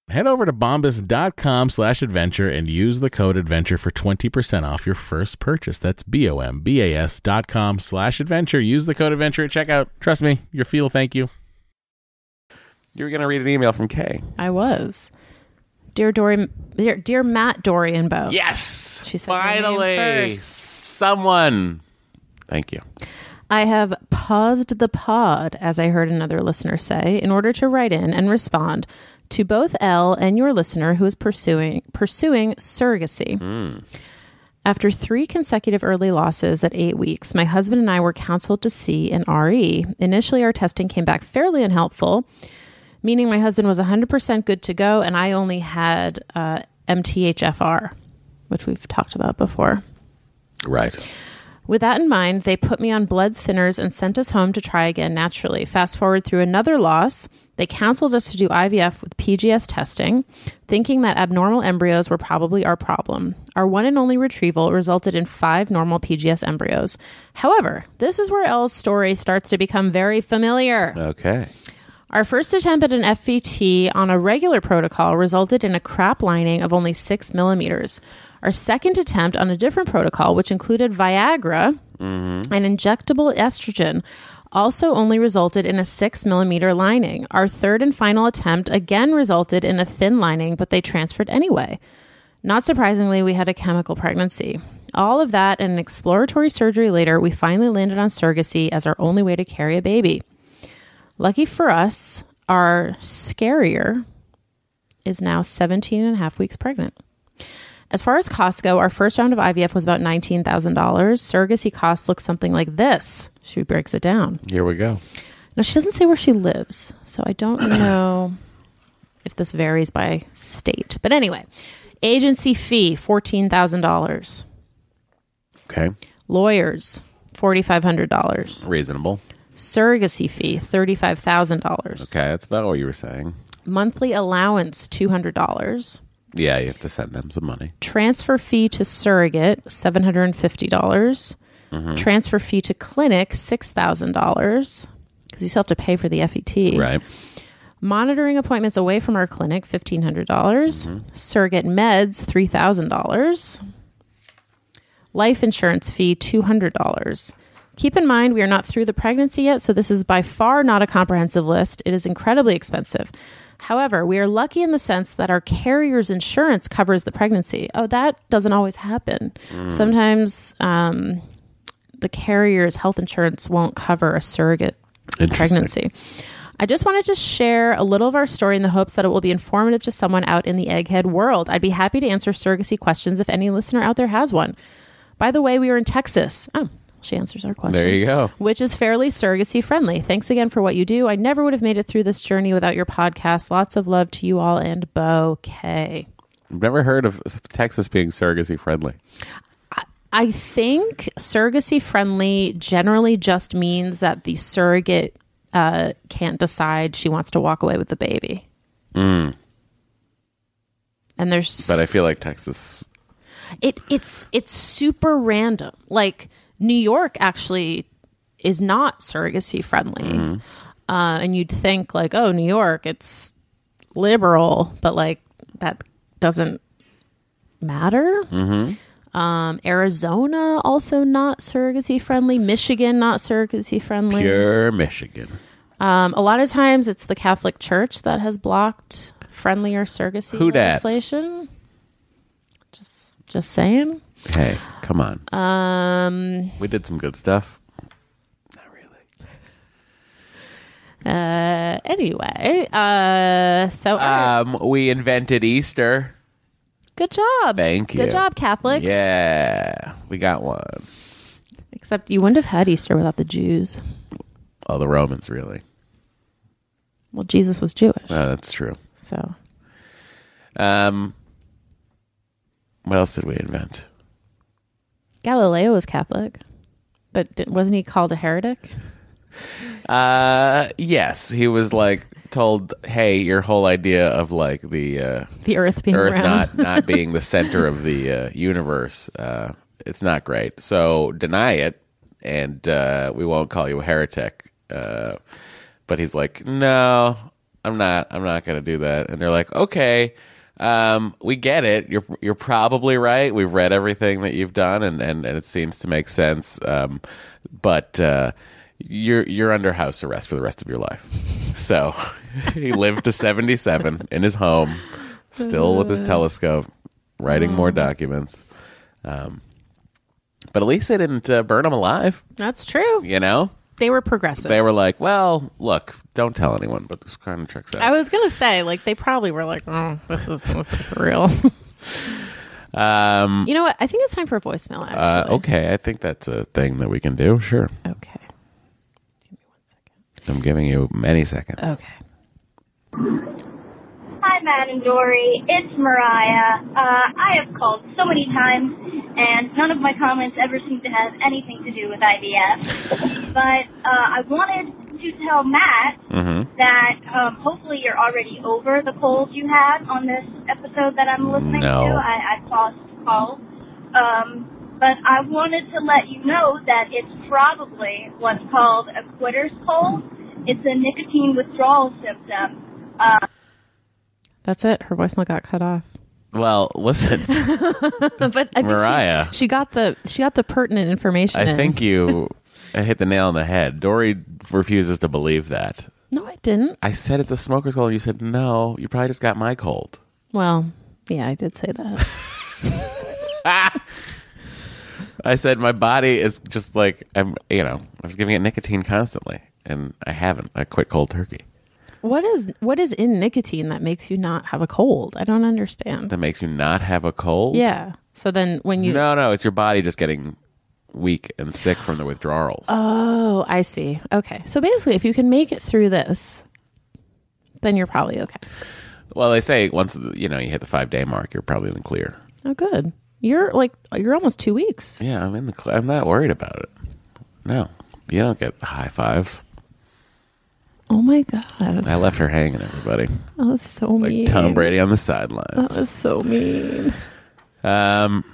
Speaker 1: Head over to bombas.com slash adventure and use the code adventure for 20% off your first purchase. That's B-O-M-B-A-S dot com slash adventure. Use the code adventure at checkout. Trust me, your feel thank you.
Speaker 4: You were going to read an email from Kay.
Speaker 3: I was. Dear Dory, dear, dear Matt Dory and Bo.
Speaker 4: Yes.
Speaker 3: Oh. She said my name
Speaker 4: Finally.
Speaker 3: first.
Speaker 4: Someone. Thank you.
Speaker 3: I have paused the pod, as I heard another listener say, in order to write in and respond to both L and your listener who is pursuing pursuing surrogacy. After three consecutive early losses at eight weeks, my husband and I were counseled to see an RE. Initially, our testing came back fairly unhelpful, meaning my husband was 100% good to go, and I only had uh, MTHFR, which we've talked about before.
Speaker 4: Right.
Speaker 3: With that in mind, they put me on blood thinners and sent us home to try again naturally. Fast forward through another loss, they counseled us to do IVF with PGS testing, thinking that abnormal embryos were probably our problem. Our one and only retrieval resulted in five normal PGS embryos. However, this is where Elle's story starts to become very familiar.
Speaker 4: Okay.
Speaker 3: Our first attempt at an FVT on a regular protocol resulted in a crap lining of only six millimeters. Our second attempt on a different protocol, which included Viagra and injectable estrogen, also only resulted in a six millimeter lining. Our third and final attempt again resulted in a thin lining, but they transferred anyway. Not surprisingly, we had a chemical pregnancy. All of that and an exploratory surgery later, we finally landed on surrogacy as our only way to carry a baby. Lucky for us, our scarier is now 17 and a half weeks pregnant. As far as costs go, our first round of IVF was about $19,000. Surrogacy costs look something like this. She breaks it down.
Speaker 4: Here we go.
Speaker 3: Now, she doesn't say where she lives, so I don't know if this varies by state. But anyway, agency fee $14,000,
Speaker 4: Okay.
Speaker 3: lawyers $4,500,
Speaker 4: Reasonable.
Speaker 3: surrogacy fee $35,000.
Speaker 4: Okay. That's about what you were saying.
Speaker 3: monthly allowance $200
Speaker 4: Yeah. You have to send them some money.
Speaker 3: transfer fee to surrogate $750 dollars transfer fee to clinic $6000 because you still have to pay for the E fet
Speaker 4: Right.
Speaker 3: monitoring appointments away from our clinic $1500 dollars surrogate meds $3000 life insurance fee $200 keep in mind we are not through the pregnancy yet so this is by far not a comprehensive list it is incredibly expensive however we are lucky in the sense that our carrier's insurance covers the pregnancy oh that doesn't always happen sometimes um, the carrier's health insurance won't cover a surrogate
Speaker 4: Interesting.
Speaker 3: pregnancy. I just wanted to share a little of our story in the hopes that it will be informative to someone out in the egghead world. I'd be happy to answer surrogacy questions if any listener out there has one. By the way, we were in Texas. Oh, she answers our question.
Speaker 4: There you go.
Speaker 3: Which is fairly surrogacy friendly. Thanks again for what you do. I never would have made it through this journey without your podcast. Lots of love to you all and Bo K.
Speaker 4: I've never heard of Texas being surrogacy friendly.
Speaker 3: I think surrogacy friendly generally just means that the surrogate uh, can't decide she wants to walk away with the baby. And there's
Speaker 4: But I feel like Texas.
Speaker 3: it it's it's super random. Like New York actually is not surrogacy friendly,
Speaker 4: Mm-hmm.
Speaker 3: uh, and you'd think like, oh, New York, it's liberal, but like that doesn't matter.
Speaker 4: Mm-hmm.
Speaker 3: Um, Arizona also not surrogacy friendly. Michigan not surrogacy friendly.
Speaker 4: Pure Michigan.
Speaker 3: Um, a lot of times it's the Catholic Church that has blocked friendlier surrogacy
Speaker 4: Who dat?
Speaker 3: legislation. Just just saying.
Speaker 4: Hey, come on.
Speaker 3: Uh, Um,
Speaker 4: we did some good stuff. Not really.
Speaker 3: uh, anyway, uh, so uh,
Speaker 4: Um, we invented Easter.
Speaker 3: good job.
Speaker 4: thank you.
Speaker 3: Good job, Catholics.
Speaker 4: Yeah, we got one.
Speaker 3: Except you wouldn't have had Easter without the Jews.
Speaker 4: Oh, the Romans really.
Speaker 3: Well, Jesus was Jewish,
Speaker 4: Oh, that's true.
Speaker 3: so
Speaker 4: Um, what else did we invent?
Speaker 3: Galileo was Catholic. But di- wasn't he called a heretic?
Speaker 4: Uh, yes, he was like told, "Hey, your whole idea of like the uh,
Speaker 3: The Earth being
Speaker 4: Earth
Speaker 3: round.
Speaker 4: not not being the center of the uh, universe, uh, it's not great. So deny it, and uh, we won't call you a heretic." Uh, but he's like, "No, I'm not. I'm not going to do that." And they're like, "Okay." Um, we get it. You're you're probably right. We've read everything that you've done, and, and, and it seems to make sense. Um, but uh, you're you're under house arrest for the rest of your life. So he lived to 77 in his home, still with his telescope, writing more documents. Um, but at least they didn't uh, burn him alive.
Speaker 3: That's true.
Speaker 4: You know,
Speaker 3: They were progressive.
Speaker 4: they were like, "Well, look, don't tell anyone, but this kind of tricks out."
Speaker 3: I was gonna say, like, they probably were like, "Oh, this is this is real."
Speaker 4: um,
Speaker 3: you know what? I think it's time for a voicemail. Actually,
Speaker 4: uh, okay, I think that's a thing that we can do. Sure,
Speaker 3: okay,
Speaker 4: I'm giving you many seconds.
Speaker 3: okay.
Speaker 7: Hi, Matt and Dory. It's Mariah. Uh, I have called so many times, and none of my comments ever seem to have anything to do with IVF. but uh, I wanted to tell Matt that um, hopefully you're already over the cold you had on this episode that I'm listening
Speaker 4: No.
Speaker 7: to. I, I paused the call. Um, but I wanted to let you know that it's probably what's called a quitter's cold. It's a nicotine withdrawal symptom.
Speaker 3: That's it. Her voicemail got cut off.
Speaker 4: Well, listen.
Speaker 3: but I think she-
Speaker 4: Mariah.
Speaker 3: she, got the she got the pertinent information.
Speaker 4: I
Speaker 3: in.
Speaker 4: think you hit the nail on the head. Dory refuses to believe that.
Speaker 3: no, I didn't.
Speaker 4: I said it's a smoker's cold. And you said, no, you probably just got my cold.
Speaker 3: Well, yeah, I did say that.
Speaker 4: I said, my body is just like, I'm, you know, I was giving it nicotine constantly, and I haven't. I quit cold turkey.
Speaker 3: what is what is in nicotine that makes you not have a cold? I don't understand.
Speaker 4: That makes you not have a cold?
Speaker 3: Yeah. So then when you
Speaker 4: No, no, it's your body just getting weak and sick from the withdrawals. Mm-hmm.
Speaker 3: oh, I see. Okay. So basically, if you can make it through this, then you're probably okay.
Speaker 4: well, they say once, you know, you hit the five day mark, you're probably in the clear.
Speaker 3: Oh, good. You're like you're almost two weeks.
Speaker 4: Yeah, I'm in the. Cl- I'm not worried about it. No, you don't get the high fives.
Speaker 3: Oh my god,
Speaker 4: I left her hanging, everybody,
Speaker 3: that was so
Speaker 4: like
Speaker 3: mean.
Speaker 4: Tom Brady on the
Speaker 3: That
Speaker 4: sidelines.
Speaker 3: was so mean.
Speaker 4: Um,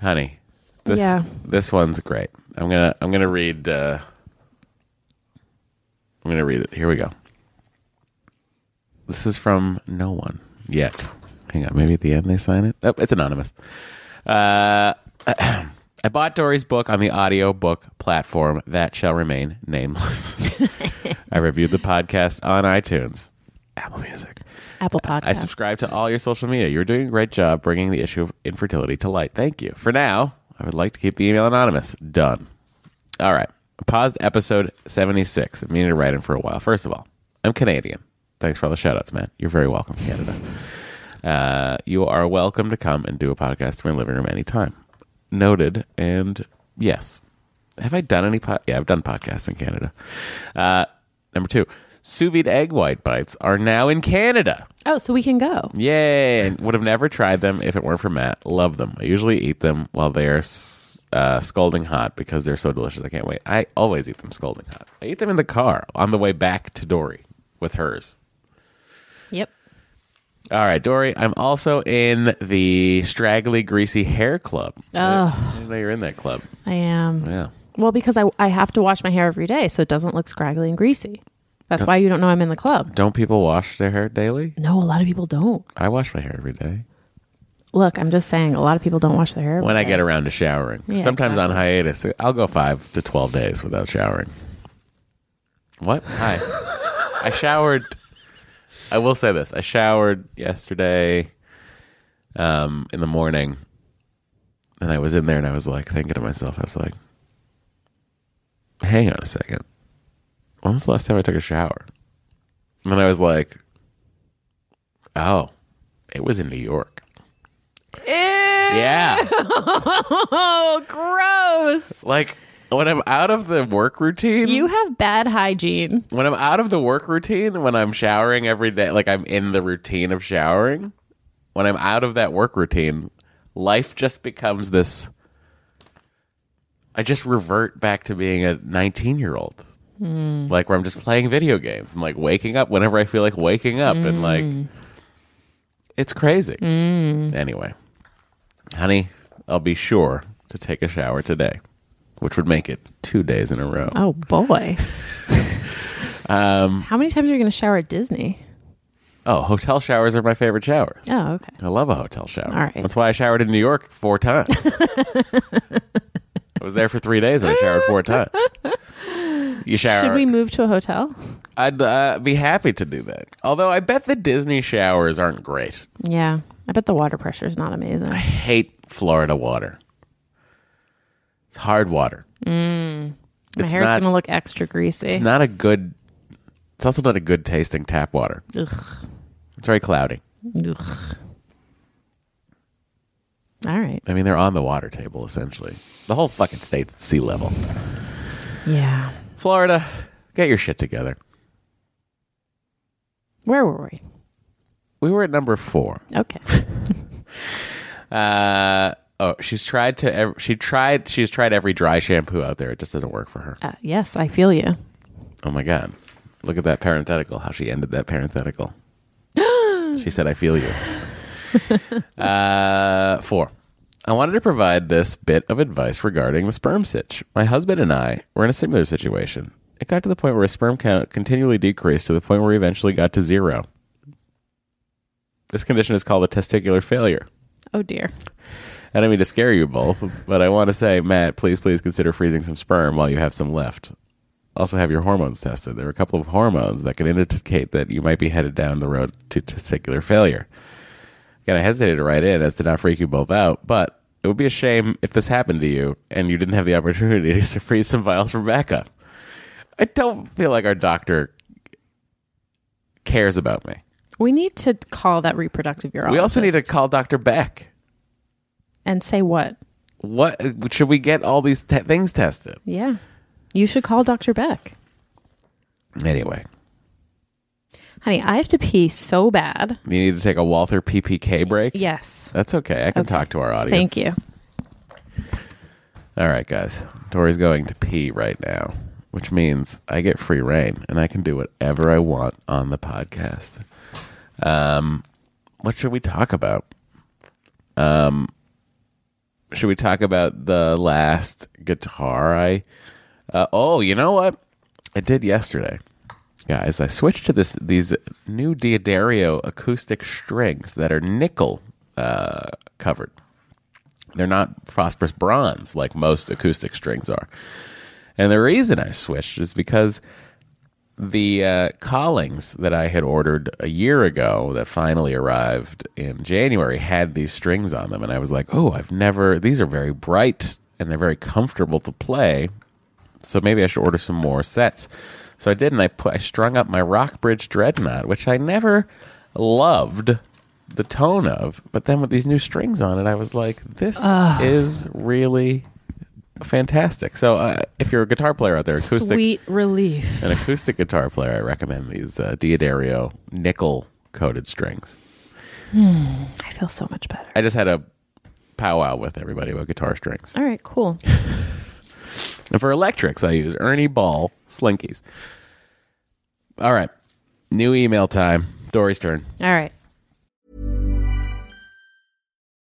Speaker 4: honey, this
Speaker 3: Yeah.
Speaker 4: this one's great. I'm gonna I'm gonna read. Uh, I'm gonna read it. Here we go. This is from no one yet. Hang on, maybe at the end they sign it. Oh, it's anonymous. Uh, I bought Dory's book on the audiobook platform that shall remain nameless. I reviewed the podcast on iTunes, Apple Music.
Speaker 3: Apple Podcast.
Speaker 4: I subscribe to all your social media. You're doing a great job bringing the issue of infertility to light. Thank you. For now, I would like to keep the email anonymous. Done. All right. I paused episode 76. I've needed to write in for a while. First of all, I'm Canadian. Thanks for all the shout outs, man. You're very welcome, Canada. Uh, you are welcome to come and do a podcast in my living room anytime. Noted. And yes, have I done any? Po- yeah, I've done podcasts in Canada. Uh, number two, sous vide egg white bites are now in Canada.
Speaker 3: Oh, so we can
Speaker 4: Mm.
Speaker 3: go.
Speaker 4: Yay! And Would have never tried them if it weren't for Matt. Love them. I usually eat them while they are s- uh, scalding hot because they're so delicious. I can't wait. I always eat them scalding hot. I eat them in the car on the way back to Dory with hers.
Speaker 3: Yep.
Speaker 4: All right, Dory. I'm also in the straggly, greasy hair club.
Speaker 3: Oh,
Speaker 4: I didn't know you're in that club.
Speaker 3: I am.
Speaker 4: Yeah.
Speaker 3: Well, because I I have to wash my hair every day, so it doesn't look scraggly and greasy. That's why you don't know I'm in the club.
Speaker 4: Don't people wash their hair daily?
Speaker 3: No, a lot of people don't.
Speaker 4: I wash my hair every day
Speaker 3: Look, I'm just saying, a lot of people don't wash their hair.
Speaker 4: when I get around to showering.
Speaker 3: Yeah,
Speaker 4: Sometimes on
Speaker 3: exactly.
Speaker 4: hiatus, I'll go five to 12 days without showering. What? Hi. I showered. I will say this I showered yesterday um, in the morning. And I was in there and I was like thinking to myself, I was like, hang on a second. When was the last time I took a shower? And then I was like, oh, it was in New York. Yeah.
Speaker 3: Oh, gross!
Speaker 4: like when I'm out of the work routine,
Speaker 3: You have bad hygiene.
Speaker 4: when I'm out of the work routine, when I'm showering every day, like I'm in the routine of showering, when I'm out of that work routine, life just becomes this I just revert back to being a 19 year old. Like where I'm just playing video games and like waking up whenever I feel like waking up and like it's crazy. Anyway, honey, I'll be sure to take a shower today, which would make it two days in a row.
Speaker 3: Oh boy. um, How many times are you going to shower at Disney?
Speaker 4: Oh, hotel showers are my favorite showers.
Speaker 3: Oh, okay.
Speaker 4: I love a hotel shower.
Speaker 3: All right.
Speaker 4: That's why I showered in New York four times. I was there for three days and I showered four times. You shower.
Speaker 3: Should we move to a hotel?
Speaker 4: I'd uh, be happy to do that. Although I bet the Disney showers aren't great.
Speaker 3: Yeah. I bet the water pressure is not amazing.
Speaker 4: I hate Florida water. It's hard water.
Speaker 3: My
Speaker 4: it's
Speaker 3: hair's
Speaker 4: not-
Speaker 3: going to look extra greasy.
Speaker 4: It's not a good. It's also not a good tasting tap water.
Speaker 3: Ugh.
Speaker 4: It's very cloudy.
Speaker 3: Ugh. All right.
Speaker 4: I mean, they're on the water table essentially. The whole fucking state's at sea level.
Speaker 3: Yeah.
Speaker 4: Florida, get your shit together.
Speaker 3: Where were we?
Speaker 4: We were at number four.
Speaker 3: Okay.
Speaker 4: Uh, oh, she's tried to. ev- She tried. She's tried every dry shampoo out there. It just doesn't work for her.
Speaker 3: Uh, yes, I feel you.
Speaker 4: Oh my god! Look at that parenthetical. How she ended that parenthetical. she said, "I feel you." uh, four. I wanted to provide this bit of advice regarding the sperm sitch. My husband and I were in a similar situation. It got to the point where his sperm count continually decreased to the point where he eventually got to zero. This condition is called a testicular failure.
Speaker 3: Oh dear.
Speaker 4: I don't mean to scare you both, but I want to say, Matt, please, please consider freezing some sperm while you have some left. Also, have your hormones tested. There are a couple of hormones that can indicate that you might be headed down the road to testicular failure. Again, I hesitated to write in as to not freak you both out, but it would be a shame if this happened to you and you didn't have the opportunity to freeze some vials for backup. I don't feel like our doctor cares about me.
Speaker 3: We need to call that reproductive urologist.
Speaker 4: We also need to call Dr. Beck.
Speaker 3: and say what?
Speaker 4: What should we get all these te- things tested?
Speaker 3: Yeah. You should call Dr. Beck.
Speaker 4: Anyway,
Speaker 3: Honey, I have to pee so bad.
Speaker 4: you need to take a Walther PPK break.
Speaker 3: Yes.
Speaker 4: That's okay. I can talk to our audience.
Speaker 3: Thank you.
Speaker 4: All right, guys. Tori's going to pee right now, which means I get free reign and I can do whatever I want on the podcast. Um, what should we talk about? Um, should we talk about the last guitar I? Uh, oh, you know what? I did yesterday, guys. I switched to this these new D'Addario acoustic strings that are nickel uh, covered they're not phosphorus bronze like most acoustic strings are. And the reason I switched is because the uh, callings that I had ordered a year ago that finally arrived in January had these strings on them. And I was like, oh, I've never, these are very bright and they're very comfortable to play. So maybe I should order some more sets. So I did, and I put I strung up my Rockbridge Dreadnought, which I never loved the tone of, but then with these new strings on it, I was like, this is really fantastic. So uh, if you're a guitar player out there, acoustic
Speaker 3: Sweet relief.
Speaker 4: an acoustic guitar player, I recommend these uh, D'Addario nickel coated strings.
Speaker 3: I feel so much better.
Speaker 4: I just had a powwow with everybody about guitar strings.
Speaker 3: All right, cool.
Speaker 4: And for electrics, I use Ernie Ball Slinkies. All right, new email time. Dory's turn.
Speaker 3: All right.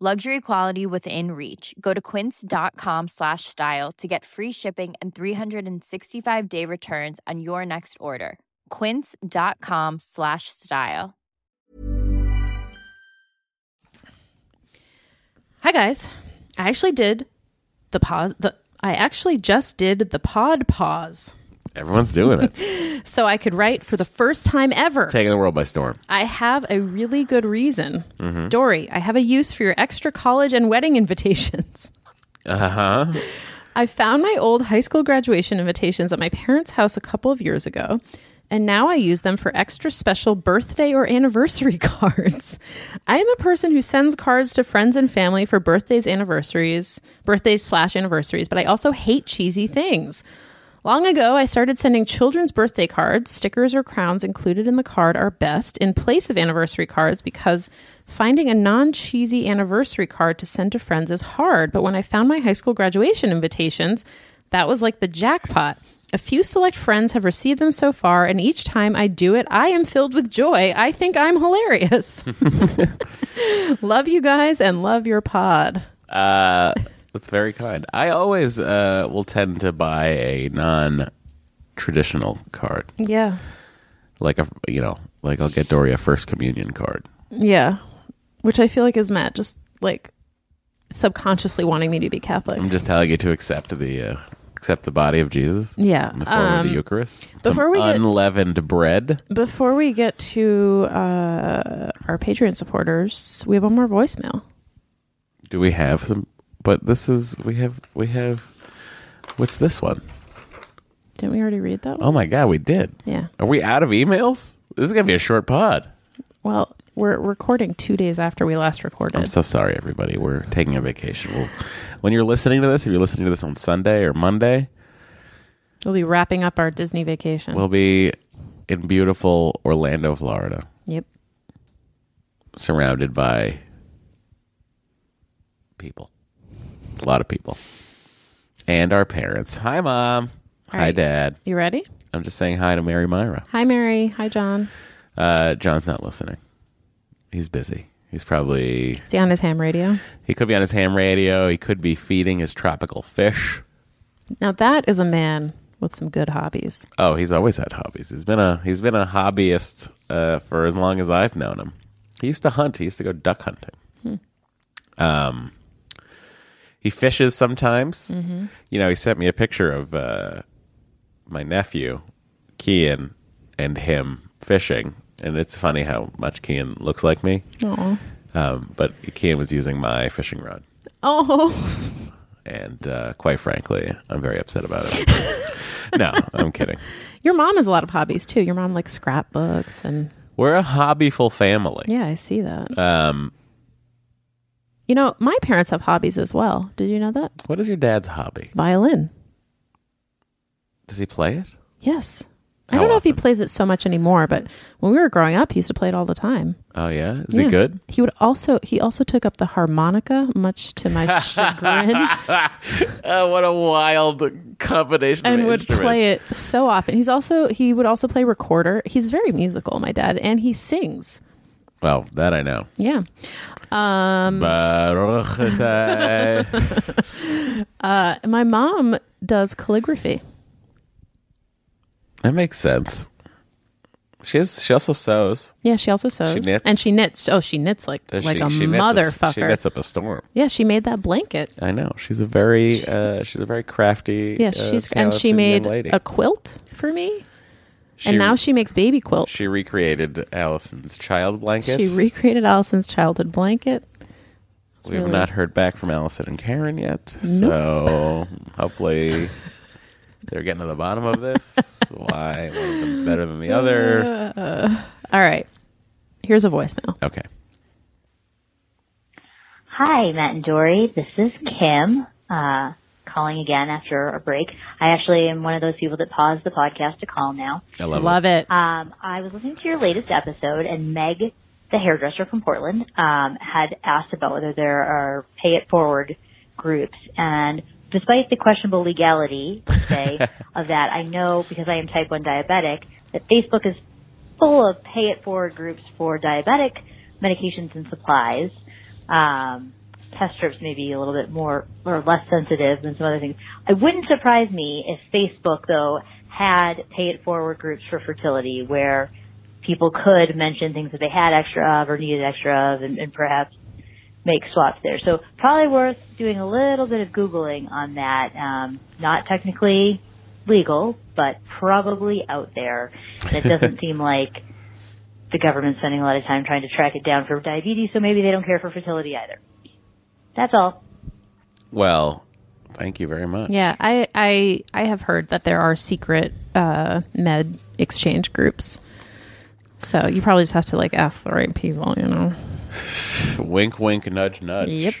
Speaker 8: Luxury quality within reach. Go to quince.com slash style to get free shipping and 365 day returns on your next order. Quince.com slash style.
Speaker 3: Hi guys. I actually did the pause the I actually just did the pod pause
Speaker 4: Everyone's doing it,
Speaker 3: so I could write for the first time ever.
Speaker 4: taking the world by storm.
Speaker 3: I have a really good reason. Dory, I have a use for your extra college and wedding invitations.
Speaker 4: Uh huh.
Speaker 3: I found my old high school graduation invitations at my parents' house a couple of years ago, and now I use them for extra special birthday or anniversary cards. I am a person who sends cards to friends and family for birthdays, anniversaries, birthdays slash anniversaries, but I also hate cheesy things. Long ago, I started sending children's birthday cards. Stickers or crowns included in the card are best in place of anniversary cards because finding a non cheesy anniversary card to send to friends is hard. But when I found my high school graduation invitations, that was like the jackpot. A few select friends have received them so far, and each time I do it, I am filled with joy. I think I'm hilarious. love you guys and love your pod.
Speaker 4: Uh, that's very kind. I always uh, will tend to buy a non traditional card,
Speaker 3: Yeah.
Speaker 4: like a you know, like I'll get Dory a first communion card.
Speaker 3: Yeah. Which I feel like is Matt just like subconsciously wanting me to be Catholic.
Speaker 4: I'm just telling you to accept the uh, accept the body of Jesus
Speaker 3: yeah.
Speaker 4: in the form of
Speaker 3: Um,
Speaker 4: the Eucharist,
Speaker 3: before
Speaker 4: some
Speaker 3: we get-
Speaker 4: unleavened bread.
Speaker 3: before we get to uh, our Patreon supporters, we have one more voicemail.
Speaker 4: Do we have some? But this is we have we have. What's this one?
Speaker 3: Didn't we already read that one?
Speaker 4: Oh my god, we did.
Speaker 3: Yeah.
Speaker 4: Are we out of emails? This is gonna be a short pod.
Speaker 3: Well, we're recording two days after we last
Speaker 4: I'm
Speaker 3: recorded.
Speaker 4: so sorry, everybody. We're taking a vacation. We'll, when you're listening to this, if you're listening to this on Sunday or Monday,
Speaker 3: We'll be wrapping up our Disney vacation.
Speaker 4: we'll be in beautiful Orlando, Florida,
Speaker 3: yep.
Speaker 4: surrounded by people, a lot of people, and our parents. Hi, mom.
Speaker 3: All
Speaker 4: Hi,
Speaker 3: right.
Speaker 4: dad.
Speaker 3: You ready?
Speaker 4: I'm just saying hi to Mary Myra.
Speaker 3: Hi, Mary. Hi, John.
Speaker 4: Uh, John's not listening. He's busy. He's probably
Speaker 3: Is he on his ham radio?
Speaker 4: he could be on his ham radio. He could be feeding his tropical fish.
Speaker 3: Now, that is a man with some good hobbies.
Speaker 4: Oh, he's always had hobbies. He's been a he's been a hobbyist uh, for as long as I've known him. He used to hunt. He used to go duck hunting. Um, he fishes sometimes. You know, he sent me a picture of uh, my nephew Kian and him fishing, and it's funny how much Kian looks like me.
Speaker 3: Aw.
Speaker 4: Um, but Kian was using my fishing rod
Speaker 3: Oh,
Speaker 4: and uh, quite frankly, I'm very upset about it. no, I'm kidding.
Speaker 3: your mom has a lot of hobbies too. Your mom likes scrapbooks, and
Speaker 4: We're a hobbyful family.
Speaker 3: yeah, I see that.
Speaker 4: Um,
Speaker 3: You know, my parents have hobbies as well. Did you know that?
Speaker 4: what is your dad's hobby?
Speaker 3: Violin.
Speaker 4: Does he play it?
Speaker 3: Yes. I
Speaker 4: How
Speaker 3: don't know if he
Speaker 4: often?
Speaker 3: plays it so much anymore, but when we were growing up, he used to play it all the time.
Speaker 4: Oh yeah, is
Speaker 3: Yeah.
Speaker 4: he good?
Speaker 3: He would also he also took up the harmonica, much to my chagrin,
Speaker 4: Oh, what a wild combination!
Speaker 3: and would play it so often. He's also he would also play recorder. He's very musical, my dad, and he sings.
Speaker 4: Well, that I know.
Speaker 3: Yeah. Um
Speaker 4: Baruch atah.
Speaker 3: and my mom does calligraphy.
Speaker 4: that makes sense. She is, She also sews.
Speaker 3: Yeah, she also sews
Speaker 4: knits?
Speaker 3: and she knits. Oh, she knits like
Speaker 4: Does
Speaker 3: like
Speaker 4: she,
Speaker 3: a
Speaker 4: she knits
Speaker 3: motherfucker.
Speaker 4: She knits up a storm.
Speaker 3: yeah, she made that blanket.
Speaker 4: I know. She's a very. Uh, she's a very crafty.
Speaker 3: Yeah,
Speaker 4: uh,
Speaker 3: she's and
Speaker 4: talented
Speaker 3: she
Speaker 4: young
Speaker 3: made
Speaker 4: lady.
Speaker 3: a quilt for me.
Speaker 4: She-
Speaker 3: and now she makes baby quilts.
Speaker 4: She recreated Allison's child blanket.
Speaker 3: She recreated Allison's childhood blanket. It's
Speaker 4: we have
Speaker 3: really-
Speaker 4: not heard back from Allison and Karen yet, so hopefully they're getting to the bottom of this. Why one of them's better than the other?
Speaker 3: All right. Here's a voicemail.
Speaker 4: Okay,
Speaker 9: Hi, Matt and Dory. This is Kim, uh, calling again after a break. I actually am one of those people that pause the podcast to call now.
Speaker 4: I love,
Speaker 3: Love it.
Speaker 9: Um, I was listening to your latest episode, and Meg, the hairdresser from Portland, um, had asked about whether there are pay it forward groups. And despite the questionable legality, let's say, of that, I know because I am type 1 diabetic that Facebook is full of pay it forward groups for diabetic medications and supplies. Um, test strips may be a little bit more or less sensitive than some other things. It wouldn't surprise me if Facebook, though, had pay it forward groups for fertility where people could mention things that they had extra of or needed extra of and, and perhaps make swaps there. So probably worth doing a little bit of Googling on that. Um, not technically legal, but probably out there. And it doesn't seem like the government's spending a lot of time trying to track it down for diabetes, so maybe they don't care for fertility either. That's all.
Speaker 4: Well, thank you very much.
Speaker 3: Yeah, I, I I have heard that there are secret uh, med exchange groups. So you probably just have to like ask the right people, you know.
Speaker 4: wink, wink, nudge, nudge.
Speaker 3: Yep.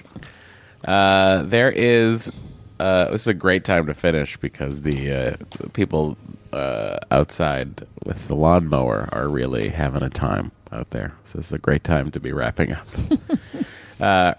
Speaker 4: Uh, there is. Uh, this is a great time to finish because the, uh, the people uh, outside with the lawnmower are really having a time out there. So it's a great time to be wrapping up. uh,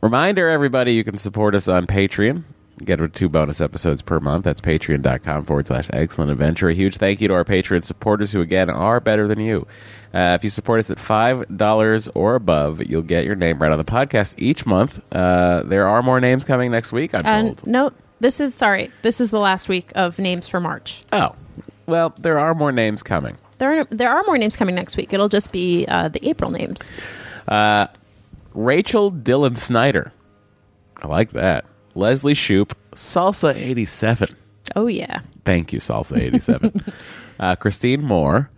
Speaker 4: reminder, everybody, you can support us on Patreon. Get two bonus episodes per month. That's patreon.com forward slash excellent adventure. A huge thank you to our Patreon supporters who, again, are better than you. Uh, if you support us at $5 or above, you'll get your name right on the podcast each month. Uh, there are more names coming next week, I'm
Speaker 3: And
Speaker 4: told.
Speaker 3: no, this is sorry. This is the last week of names for March.
Speaker 4: Oh, well, there are more names coming.
Speaker 3: There are there are more names coming next week. It'll just be uh, the April names.
Speaker 4: Rachel Dylan Snyder. I like that. Leslie Shoup, Salsa 87.
Speaker 3: Oh yeah.
Speaker 4: Thank you, Salsa 87. uh, Christine Moore,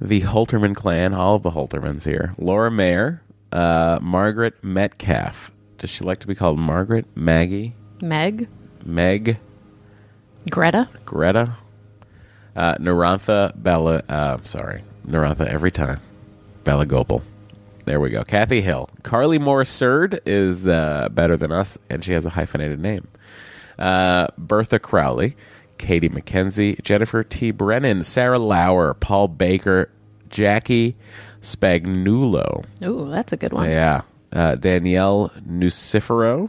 Speaker 4: the Holterman clan, all of the Holtermans here. Laura Mayer, uh, Margaret Metcalf. Does she like to be called Margaret, Maggie,
Speaker 3: Meg,
Speaker 4: Meg,
Speaker 3: Greta,
Speaker 4: Greta? Uh, Narantha Bella, uh, I'm sorry, Narantha every time. Bella Gopal. There we go. Kathy Hill. Carly Moore Surd is uh, better than us, and she has a hyphenated name. Uh, Bertha Crowley, Katie McKenzie, Jennifer T. Brennan, Sarah Lauer, Paul Baker, Jackie Spagnulo.
Speaker 3: Oh, that's a good one.
Speaker 4: Yeah. Uh, Danielle Nucifero,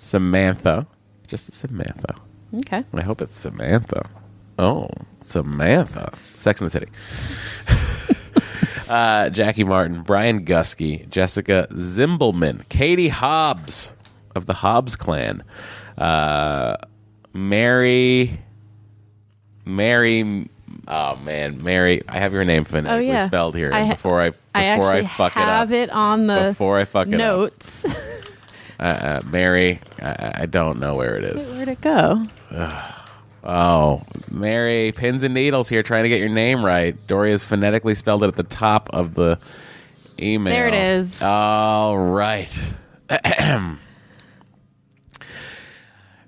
Speaker 4: Samantha. Just Samantha.
Speaker 3: Okay.
Speaker 4: I hope it's Samantha. Oh, Samantha. Sex in the City. uh, Jackie Martin, Brian Gusky, Jessica Zimbelman, Katie Hobbs of the Hobbs clan, uh, Mary, Mary. Oh man, Mary! I have your name phonetically
Speaker 3: Oh, yeah.
Speaker 4: spelled here
Speaker 3: I ha-
Speaker 4: before I before
Speaker 3: I actually
Speaker 4: fuck it up.
Speaker 3: have it, on the
Speaker 4: Before I fuck it up.
Speaker 3: notes.
Speaker 4: Uh, Mary, I, I don't know where it is.
Speaker 3: Where'd it go?
Speaker 4: Oh, Mary, pins and needles here trying to get your name right. Doria's phonetically spelled it at the top of the email.
Speaker 3: There it is.
Speaker 4: All right.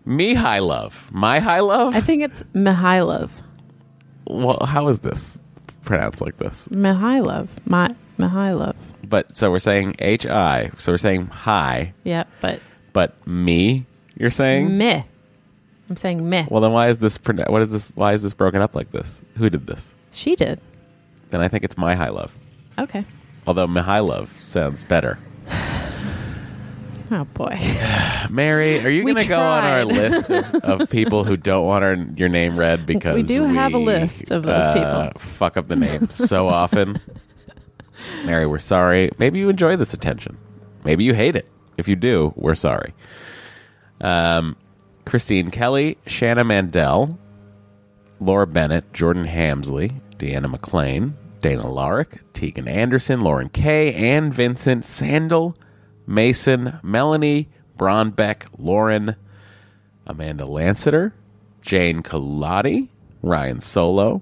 Speaker 4: Me high love. My high love?
Speaker 3: I think it's Mihailov.
Speaker 4: well, how is this pronounced like this?
Speaker 3: Mihailov. My Mihailov.
Speaker 4: But so we're saying H I. So we're saying hi,
Speaker 3: Yeah, but
Speaker 4: but me, you're saying?
Speaker 3: meh. I'm saying meh.
Speaker 4: Well, then why is this pronou- what is this why is this broken up like this? Who did this?
Speaker 3: she did.
Speaker 4: Then I think it's my high love.
Speaker 3: Okay.
Speaker 4: Although Mihailov sounds better.
Speaker 3: Oh boy.
Speaker 4: Mary, are you
Speaker 3: We
Speaker 4: going to go on our
Speaker 3: tried.
Speaker 4: list of, of people who don't want our, your name read because
Speaker 3: We do have a list of those
Speaker 4: uh, Fuck up the name so often. Mary, we're sorry. Maybe you enjoy this attention. Maybe you hate it. If you do, we're sorry. Um, Christine Kelly, Shanna Mandel, Laura Bennett, Jordan Hamsley, Deanna McClain, Dana Larrick, Tegan Anderson, Lauren Kay, Ann Vincent, Sandal, Mason, Melanie, Bronbeck, Lauren, Amanda Lanceter, Jane Colati, Ryan Solo,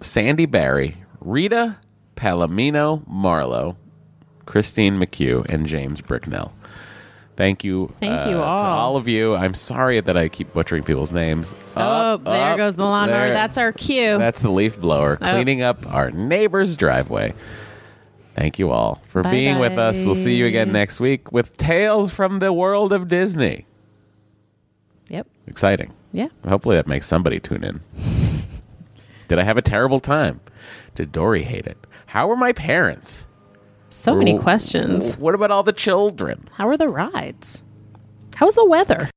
Speaker 4: Sandy Barry, Rita Palomino Marlowe, Christine McHugh, and James Bricknell. Thank you. uh,
Speaker 3: Thank you
Speaker 4: to
Speaker 3: all.
Speaker 4: all of you. I'm sorry that I keep butchering people's names.
Speaker 3: Oh,
Speaker 4: Up,
Speaker 3: there
Speaker 4: up,
Speaker 3: goes the lawnmower.
Speaker 4: there.
Speaker 3: That's our cue.
Speaker 4: That's the leaf blower
Speaker 3: Oh.
Speaker 4: cleaning up our neighbor's driveway. Thank you all for
Speaker 3: Bye,
Speaker 4: being with us. We'll see you again
Speaker 3: guys.
Speaker 4: next week with Tales from the World of Disney.
Speaker 3: yep.
Speaker 4: Exciting.
Speaker 3: Yeah.
Speaker 4: Hopefully that makes somebody tune in. Did I have a terrible time? Did Dory hate it? How were my parents?
Speaker 3: So many
Speaker 4: Wh-
Speaker 3: questions.
Speaker 4: What about all the children?
Speaker 3: How are the rides? How was the weather?